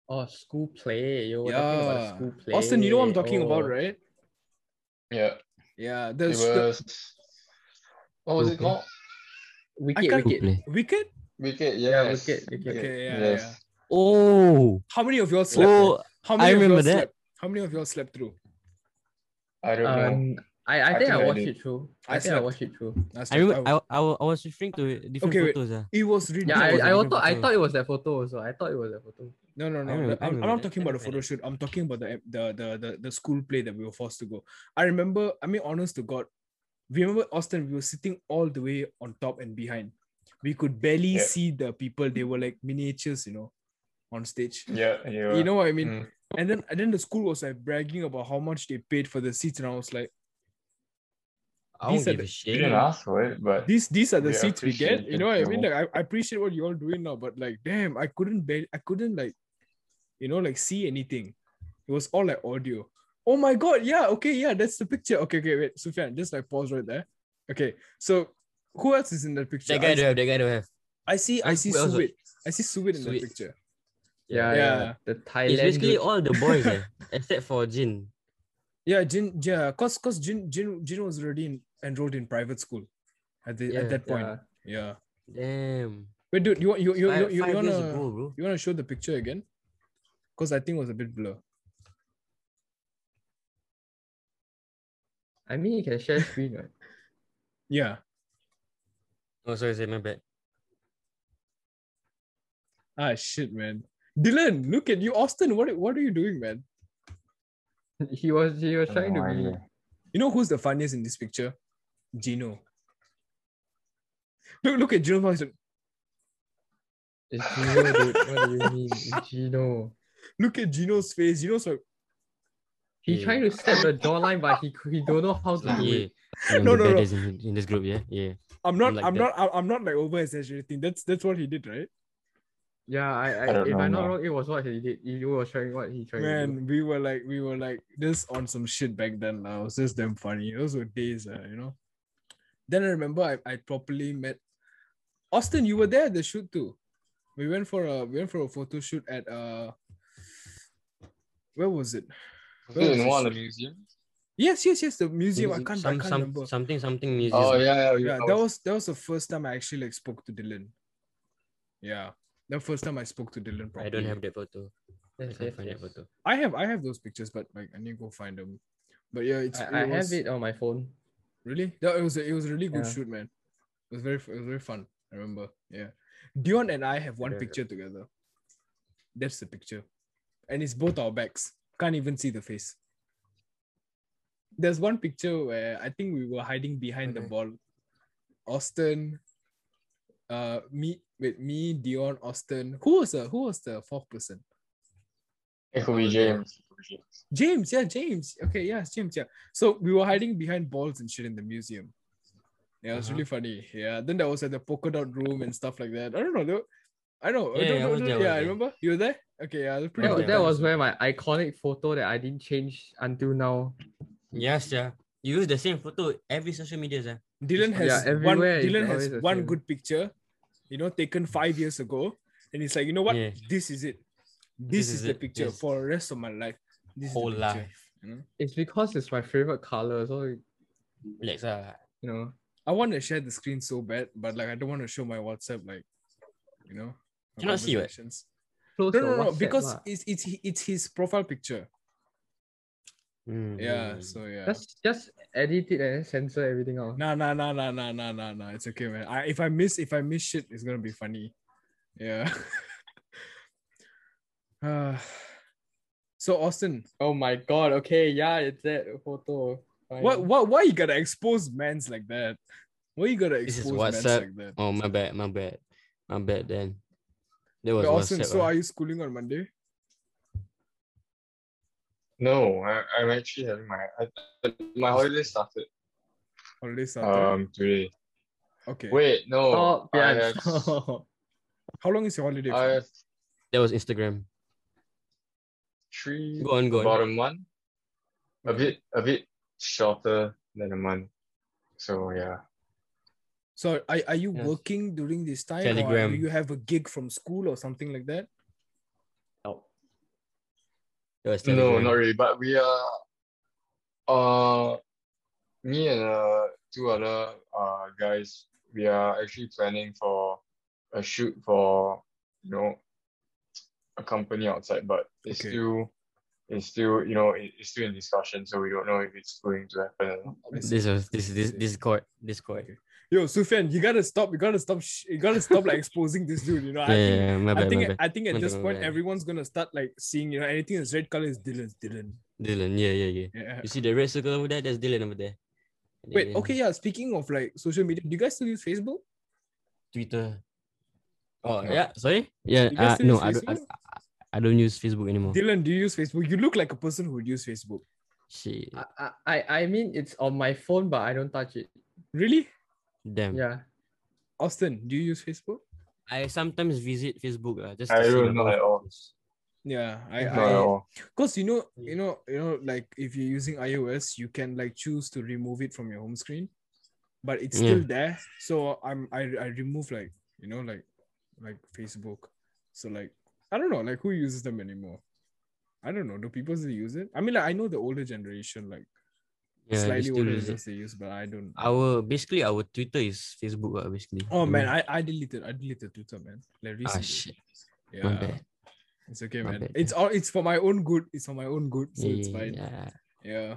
oh school play you were talking about the Yeah. school play Austin, you know what I'm talking about, Oh. right? Yeah, Yeah, it there's the was. What was it Okay. called? I wicked can't- wicked Play. wicked. Wicked. yeah Yes. wicked wicked Okay, yeah, Yes. yeah. Oh, How many of y'all slept? oh, How many of I y'all remember that. slept? How many of y'all slept through? I don't know. um I, I I think think I, I watched did. it through I I, think I slept. watched it *laughs* through I slept. remember. I, I, wa- I was referring to different Okay, wait. photos. Ah, it was ridiculous. yeah it was I, I, a also, different I photo. thought it was that photo also I thought it was that photo No, no, no. remember- no, I'm, I I'm remember not that. talking I about the photo remember shoot. I'm talking about the, the the the the school play that we were forced to go. I remember. I mean, honest to God, we remember Austin. We were sitting all the way on top and behind. We could barely Yeah. see the people. They were like miniatures, you know, on stage. Yeah, you, You know what I mean? Mm. And then and then the school was like bragging about how much they paid for the seats, and I was like, I don't These are give the- a you shit. didn't ask for it, but these these are the We seats we get. You know what I mean? appreciate Like I, I appreciate what you all doing now, but like damn, I couldn't bear, I couldn't like, you know, like see anything. It was all like audio. Oh my god, yeah, okay, yeah, that's the picture. Okay, okay, wait, Sufyan, just like pause right there. Okay, so who else is in that picture? That guy I, don't have. That guy don't have. I see, I see Who else? Suwit. I see Suwit in that Suwit. picture. yeah yeah, Yeah. the Thailand It's basically dude. all the boys, *laughs* eh, except for Jin. Yeah, Jin, yeah, cause cause Jin Jin Jin was already in, enrolled in private school at the Yeah, at that point. Yeah. yeah. Damn. Wait, dude, you want you you you, Five, you, five you years wanna ago, bro. you wanna show the picture again? Cause I think it was a bit blur. I mean you can share screen right Yeah. Oh, sorry, sorry, my bad. Ah shit, man. Dylan, look at you, Austin. What what are you doing, man? *laughs* he was he was I have trying to no be idea. You know who's the funniest in this picture? Gino. Look look at Gino. Faxon. it's Gino dude what Eh, do you mean Gino Look at Gino's face. Gino's like, He's Yeah. trying to set the door line, but he he don't know how to do Yeah. it. I'm No, the no, no. baddest In, in this group, yeah, yeah. I'm not. like I'm that. not. I'm- I'm not like over exaggerating. That's that's what he did, right? Yeah, I, I, I don't if know, I'm not man. wrong, it was what he did. He was trying what he tried to do. Man, we were like, we were like this on some shit back then. Now it's just damn funny. Those were days, uh, you know. Then I remember I, I properly met Austin. You were there at the shoot too. We went for a we went for a photo shoot at uh, where was it? Was it in Where one was of the museums? Yes, yes, yes. The museum. I can't. some, I can't some, remember. Something, something museum. Oh yeah, yeah. you- yeah, I that was that was the first time I actually like spoke to Dylan. Yeah, the first time I spoke to Dylan. Properly. I don't have that photo. I Yes, can't yes, find that yes. photo. I have I have those pictures, but like I need to go find them. But yeah, it's I, I have was- it on my phone. Really? That it was a, it was a really good Yeah. shoot, man. It was very it was very fun. I remember. Yeah, Dion and I have one Yeah. picture together. That's the picture, and it's both our backs. Can't even see the face. There's one picture where I think we were hiding behind the Okay. ball. Austin, uh, me with me, Dion, Austin. Who was the who was the fourth person? It could be James. It could be James. James, yeah, James. Okay, yeah, James, yeah. So we were hiding behind balls and shit in the museum. Yeah, it was Uh-huh. really funny. Yeah, then there was at the polka dot room and stuff like that. I don't know. Though. I know. I Yeah, don't yeah, I know, was don't- there, I was yeah, I there. remember. You were there? Okay, yeah, it was pretty That, good. Yeah, was- yeah, that yeah. was where my iconic photo that I didn't change until now. Yes, yeah. You use the same photo every social media, sir. Dylan has Yeah, one everywhere is Dylan has always the one same. good picture, you know, taken five years ago. And it's like, you know what? Yeah. This is it. This, This is, is the it. picture This- for the rest of my life. This Whole is the picture. life. It's because it's my favorite color, so you Relax, ah. know. I want to share the screen so bad, but like I don't want to show my WhatsApp, like you know. my Cannot see what? conversations. Close No, your no, no, WhatsApp because lah. it's it's hi- it's his profile picture. Mm, Yeah, mm. so yeah. just just edit it and then censor everything out. Nah, nah, nah, nah, nah, nah, nah, nah. It's okay, man. I, if I miss if I miss shit, it's gonna be funny. Yeah. *laughs* uh, so Austin, Oh my god, okay, yeah, it's that photo. Fine. what what why you gotta expose mans like that? Why you gotta This is expose mans WhatsApp. like that? Oh, my bad, my bad. My bad then. That was Wait, Austin, WhatsApp, so ah. are you schooling on Monday? No, I, I'm actually having my I, my holiday started Holiday Saturday. um today. okay. Wait, no. Stop, Oh, I Oh, Oh, yeah, have- *laughs* stop. How long is your holiday? I for? have That was Instagram. three Go on, go about on. a month. A bit a bit shorter than a month. So yeah. So are, are you Yes. working during this time? Or Telegram. do you have a gig from school or something like that? That was No, Telegram. not really. But we are, uh, me and uh two other uh guys, we are actually planning for a shoot for you know a company outside, but it's Okay. still it's still you know it, it's still in discussion, so we don't know if it's going to happen. Or not. I see. This was this this Discord Discord. Okay. Yo, Sufyan, you gotta stop. You gotta stop. sh- You gotta stop *laughs* like exposing this dude. You know, I Yeah, think, yeah, yeah, my bad, I, think my bad. I think at My this bad, my point bad. everyone's gonna start like seeing. You know, anything that's red color is Dylan's Dylan. Dylan, yeah, yeah, yeah. Yeah. You see the red circle over there? That's Dylan over there. And Wait. then Okay. Yeah. Speaking of like social media, do you guys still use Facebook? Twitter. Oh No. yeah, sorry. Yeah, You guys uh, still no, use I don't, I, Facebook? I- I don't use Facebook anymore. Dylan, do you use Facebook? You look like a person who would use Facebook. Shit, I, I- I I mean it's on my phone, but I don't touch it. Really, damn. Yeah. Austin? Do you use Facebook? I sometimes visit Facebook. Uh, just I to see don't my know at all. posts. Yeah. I. Not at I all. Because you know, Mm. you know, you know, like if you're using iOS, you can like choose to remove it from your home screen, but it's still there. So I'm I I remove like you know like like Facebook. So like I don't know like who uses them anymore. I don't know. Do people still use it? I mean, like I know the older generation, like Yeah, they slightly still older use generation it. they use, but I don't. Our basically our Twitter is Facebook. Uh, basically. Oh You man, know? I I deleted I deleted Twitter man like ah recently. shit, yeah, my bad. it's okay, My man. bad. It's all it's for my own good. It's for my own good, so yeah, it's yeah, fine. yeah. Yeah.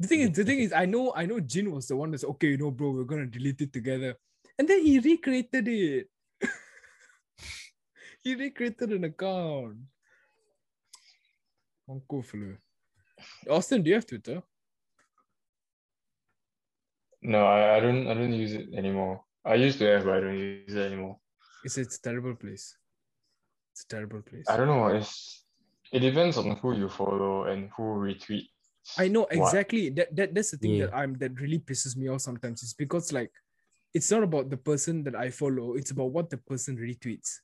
The thing is, the thing is, I know, I know, Jin was the one that's okay, you know, bro, we're gonna delete it together, and then he recreated it. *laughs* he recreated an account. Uncle flu. Austin, do you have Twitter? No, I, I don't I don't use it anymore. I used to have, but I don't use it anymore. It's it's a terrible place. It's a terrible place. I don't know. It's It depends on who you follow and who retweets. I know what. exactly that, that that's the thing Yeah. that I'm that really pisses me off sometimes is because like it's not about the person that I follow, it's about what the person retweets.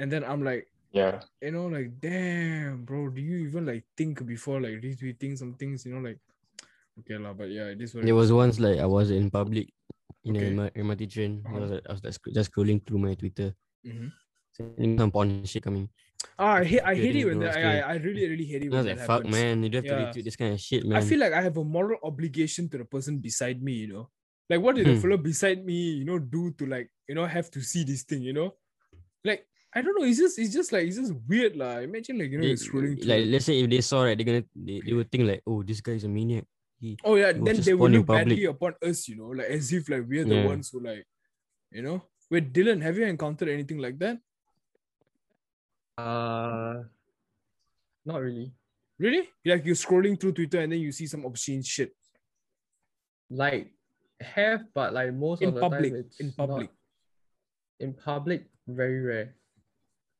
And then I'm like, Yeah, you know, like damn, bro, do you even like think before like retweeting some things, you know, like okay, lah, but yeah, it is what it There was once like I was in public in Okay. a MRT- MRT train. I Uh-huh. was, like- I was like, sc- just scrolling through my Twitter. Mhm. Seeing some porn shit coming. Ah, I hate I Yeah, hate it dude, when no, that, it's I, I I really really hate it I when was that like, fuck happens. man, you don't have Yeah. to retweet this kind of shit, man. I feel like I have a moral obligation to the person beside me, you know. Like what did the Hmm. fellow beside me, you know, do to like, you know, have to see this thing, you know? Like, I don't know, it's just it's just like it's just weird, lah. Imagine like you know, They- you're scrolling through. like the- let's say if they saw right, they're gonna they, they would think like, oh, this guy is a maniac. oh yeah, it was then just they will porn in look badly upon us, you know, like as if like we're the Yeah. ones who like, you know. Wait, Dylan, have you encountered anything like that? Uh, not really. Really? Like you're scrolling through Twitter and then you see some obscene shit Like have, but like most in of the public. time it's In not- public. in public, very rare.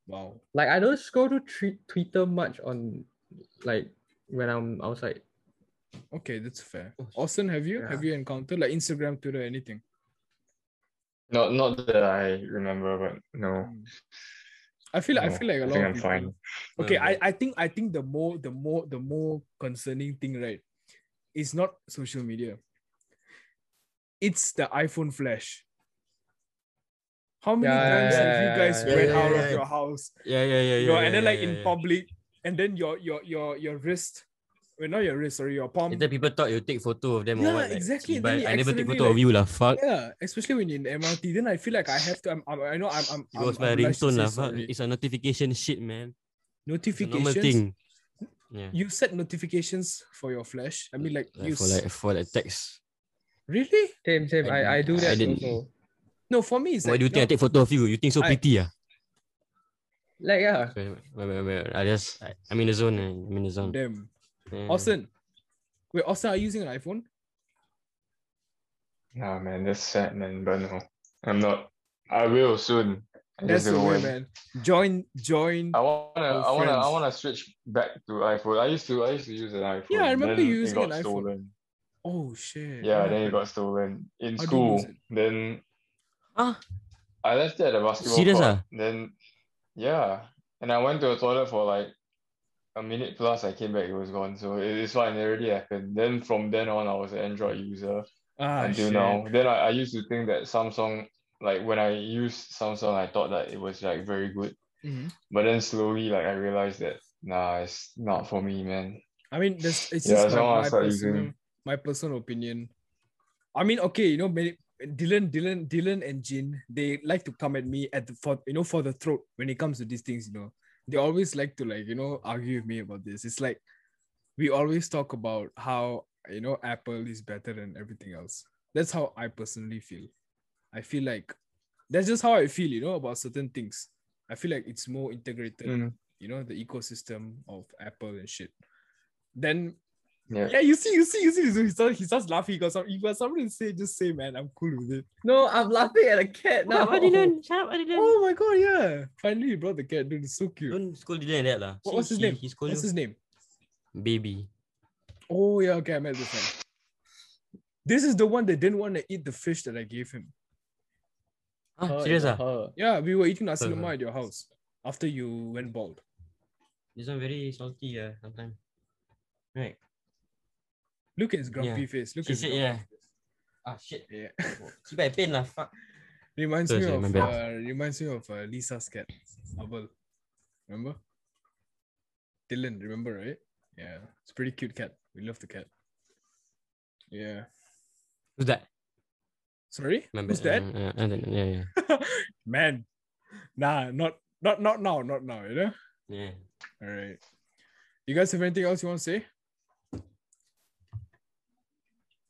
Wow. Like I don't scroll to tw- Twitter much on, like when I'm outside. Okay, that's fair. Austin, have you Yeah. have you encountered like Instagram, Twitter, anything? not not that I remember, but no. Mm. I feel like, I No, feel like a I lot think of I'm people. fine. Okay, Yeah. I, I think I think the more the more the more concerning thing, right, is not social media. It's the iPhone flash. How many Yeah, times yeah, have you yeah, guys yeah, went yeah, out of yeah. your house? Yeah, yeah, yeah, you yeah. know, yeah, and then yeah, like yeah, in yeah. public, and then your your your your wrist, well, not your wrist, sorry, your palm. Later people thought you take photo of um, them Yeah, or what. Like, exactly, and But then you I never accidentally, take photo of like- you lah. Fuck. Yeah, especially when you're in MRT, then I feel like I have to. I'm, I'm I know I'm. I'm It I'm was my obliged to ringtone say lah. Fuck. sorry. It's a notification shit, man. It's a normal Notifications. thing. Yeah. You set notifications for your flash. I mean, like, Like, you for s- like for like text. really? Same, same. I I, I do didn't- I that didn't. also. No, for me, it's Why like, do you think I no, take photo of you? You think so I- pretty ah? Like yeah, Wait, wait, wait, wait. I just I, I'm in the zone. eh. I'm in the zone. damn. Yeah. Austin, wait, Austin, are you using an iPhone? Nah, man, that's sad, man. But no, I'm not. I will soon. I That's just the don't way, want- man. Join, join. I wanna, Our I wanna, I friends. wanna switch back to iPhone. I used to, I used to use an iPhone. Yeah, I remember then you it using got an iPhone. Stolen. Oh shit. Yeah, what then it happened? got stolen in How do you lose school. Then Ah, I left it at the basketball Serious court. ah? Then, yeah, and I went to the toilet for like a minute plus. I came back, it was gone. So it- it's fine. It already happened. Then from then on, I was an Android user ah, until shit. now. Then I, I used to think that Samsung, like when I used Samsung, I thought that it was like very good. Mhm. But then slowly, like I realized that nah, it's not for me, man. I mean, this it's Yeah, just so my, I'll my start personal using- my personal opinion. I mean, okay, you know, many, Dylan, Dylan, Dylan, and Jin, they like to come at me at the for you know for the throat when it comes to these things. You know, they always like to like you know argue with me about this. It's like we always talk about how you know Apple is better than everything else. That's how I personally feel. I feel like that's just how I feel. You know about certain things. I feel like it's more integrated. Mm, You know the ecosystem of Apple and shit. Then yeah. yeah, you see, you see, you see, you see, he starts, he starts laughing. He got some, he got something to say, just say, man, I'm cool with it. no, I'm laughing at a cat now. Shut up, Adilan. Oh my god, yeah. Finally, he brought the cat, dude. It's so cute. Don't scold Dylan like that lah. What- what's See, his he- name? He scold What's you. his name? Baby. Oh, yeah, okay, I met this one. This is the one that didn't want to eat the fish that I gave him. Ah, Her serious is a ah? her. Oh, Yeah, we were eating nasi Uh-huh. lemak at your house after you went bald. This one very salty ah sometimes. Right. Look at his grumpy face. Look at She his said grumpy yeah. face. Ah shit. Yeah. Keep I pain lah. Fuck. Reminds Sorry, me sorry, my of uh, bad. reminds me of uh, Lisa's cat, Abel. Remember? Dylan, remember right? Yeah, it's a pretty cute cat. We love the cat. Yeah. Who's that? Sorry, My who's that? bad. Uh, uh, Adilan, yeah, yeah. Man, nah, not not not now, not now. You know. Yeah. All right. You guys have anything else you want to say?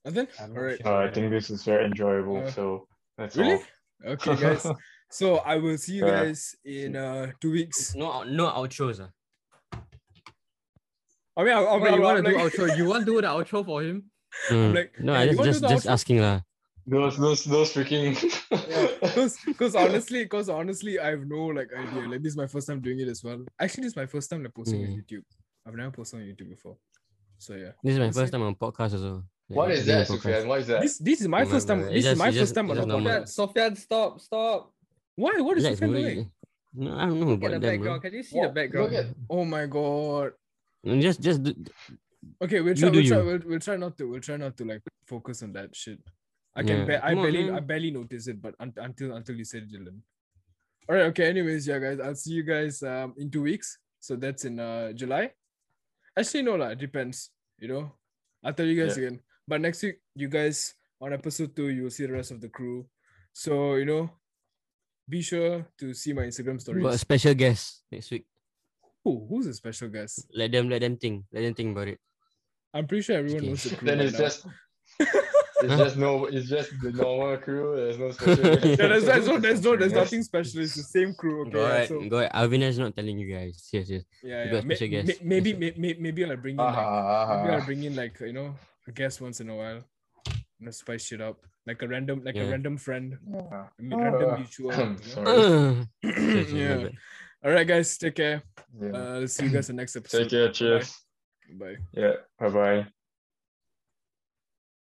Nothing. All I'm not right. sure. Uh, I think this is very enjoyable. Uh, so that's Really? all. Okay, *laughs* guys. So I will see you Yeah. guys in uh two weeks. No, out- no outros ah. I mean, I, I, Wait, I, you want I'm to do like- outro? You want to do the outro for him? Mm. like, no, "Hey, I you just wanna do just, the just outro?" asking lah. *laughs* Those those those freaking Because because honestly, because honestly, I have no like idea. Like this is my first time doing it as well. Actually, this is my first time like posting on Mm. YouTube. I've never posted on YouTube before. So yeah. This is my Is first it- time on podcast as well. *laughs* Like, What I'm is doing a that, podcast. Sufyan? What is that? This this is my Remember, first time. Uh, it's This is just- my it's first just- time on it's the just normal. podcast. Sofian, Sofian, stop, stop. Why? What is Yeah, yeah, it's really- doing? No, I don't know Look at the about that, bro. background. Can you see Wha- the background? Look at Oh my god. No, Just, just do, Okay, we'll try. You do We'll try, you. we'll, we'll try not to. We'll try not to like focus on that shit. I can. Yeah. Ba- I Come on, barely. I man. barely noticed it, but un- until until you said it, Dylan. All right. Okay. Anyways, yeah, guys. I'll see you guys um in two weeks. So that's in uh July. Actually, no lah. It depends. You know, I'll tell you guys again. But next week, you guys on episode two, you'll see the rest of the crew. So you know, be sure to see my Instagram stories. got a special guest next week. Who, who's a special guest? Let them, let them think, let them think about it. I'm pretty sure everyone *laughs* Okay. knows the crew. then by it's now. *laughs* just it's just no it's just the normal crew. *laughs* There's no special. Yeah, there's, there's, no, there's, no, there's Yes. nothing special. It's the same crew. Okay. go yeah, ahead, so, go ahead. Alvina's not telling you guys. Yes, yes. yeah, we yeah. got May- special may- guests. maybe, Yes. may- may- maybe I'll bring in, like, maybe I'll Ah, bring in like you know a guest once in a while. You know, spice shit up like a random, like a Yeah. random friend, a ah, random mutual. I'm you *clears throat* know? sorry. Yes, yes, my yeah. bad. All right, guys. Take care. Yeah. Uh, see you guys in the next Take episode. care. Cheers. Bye. Yeah. Bye bye.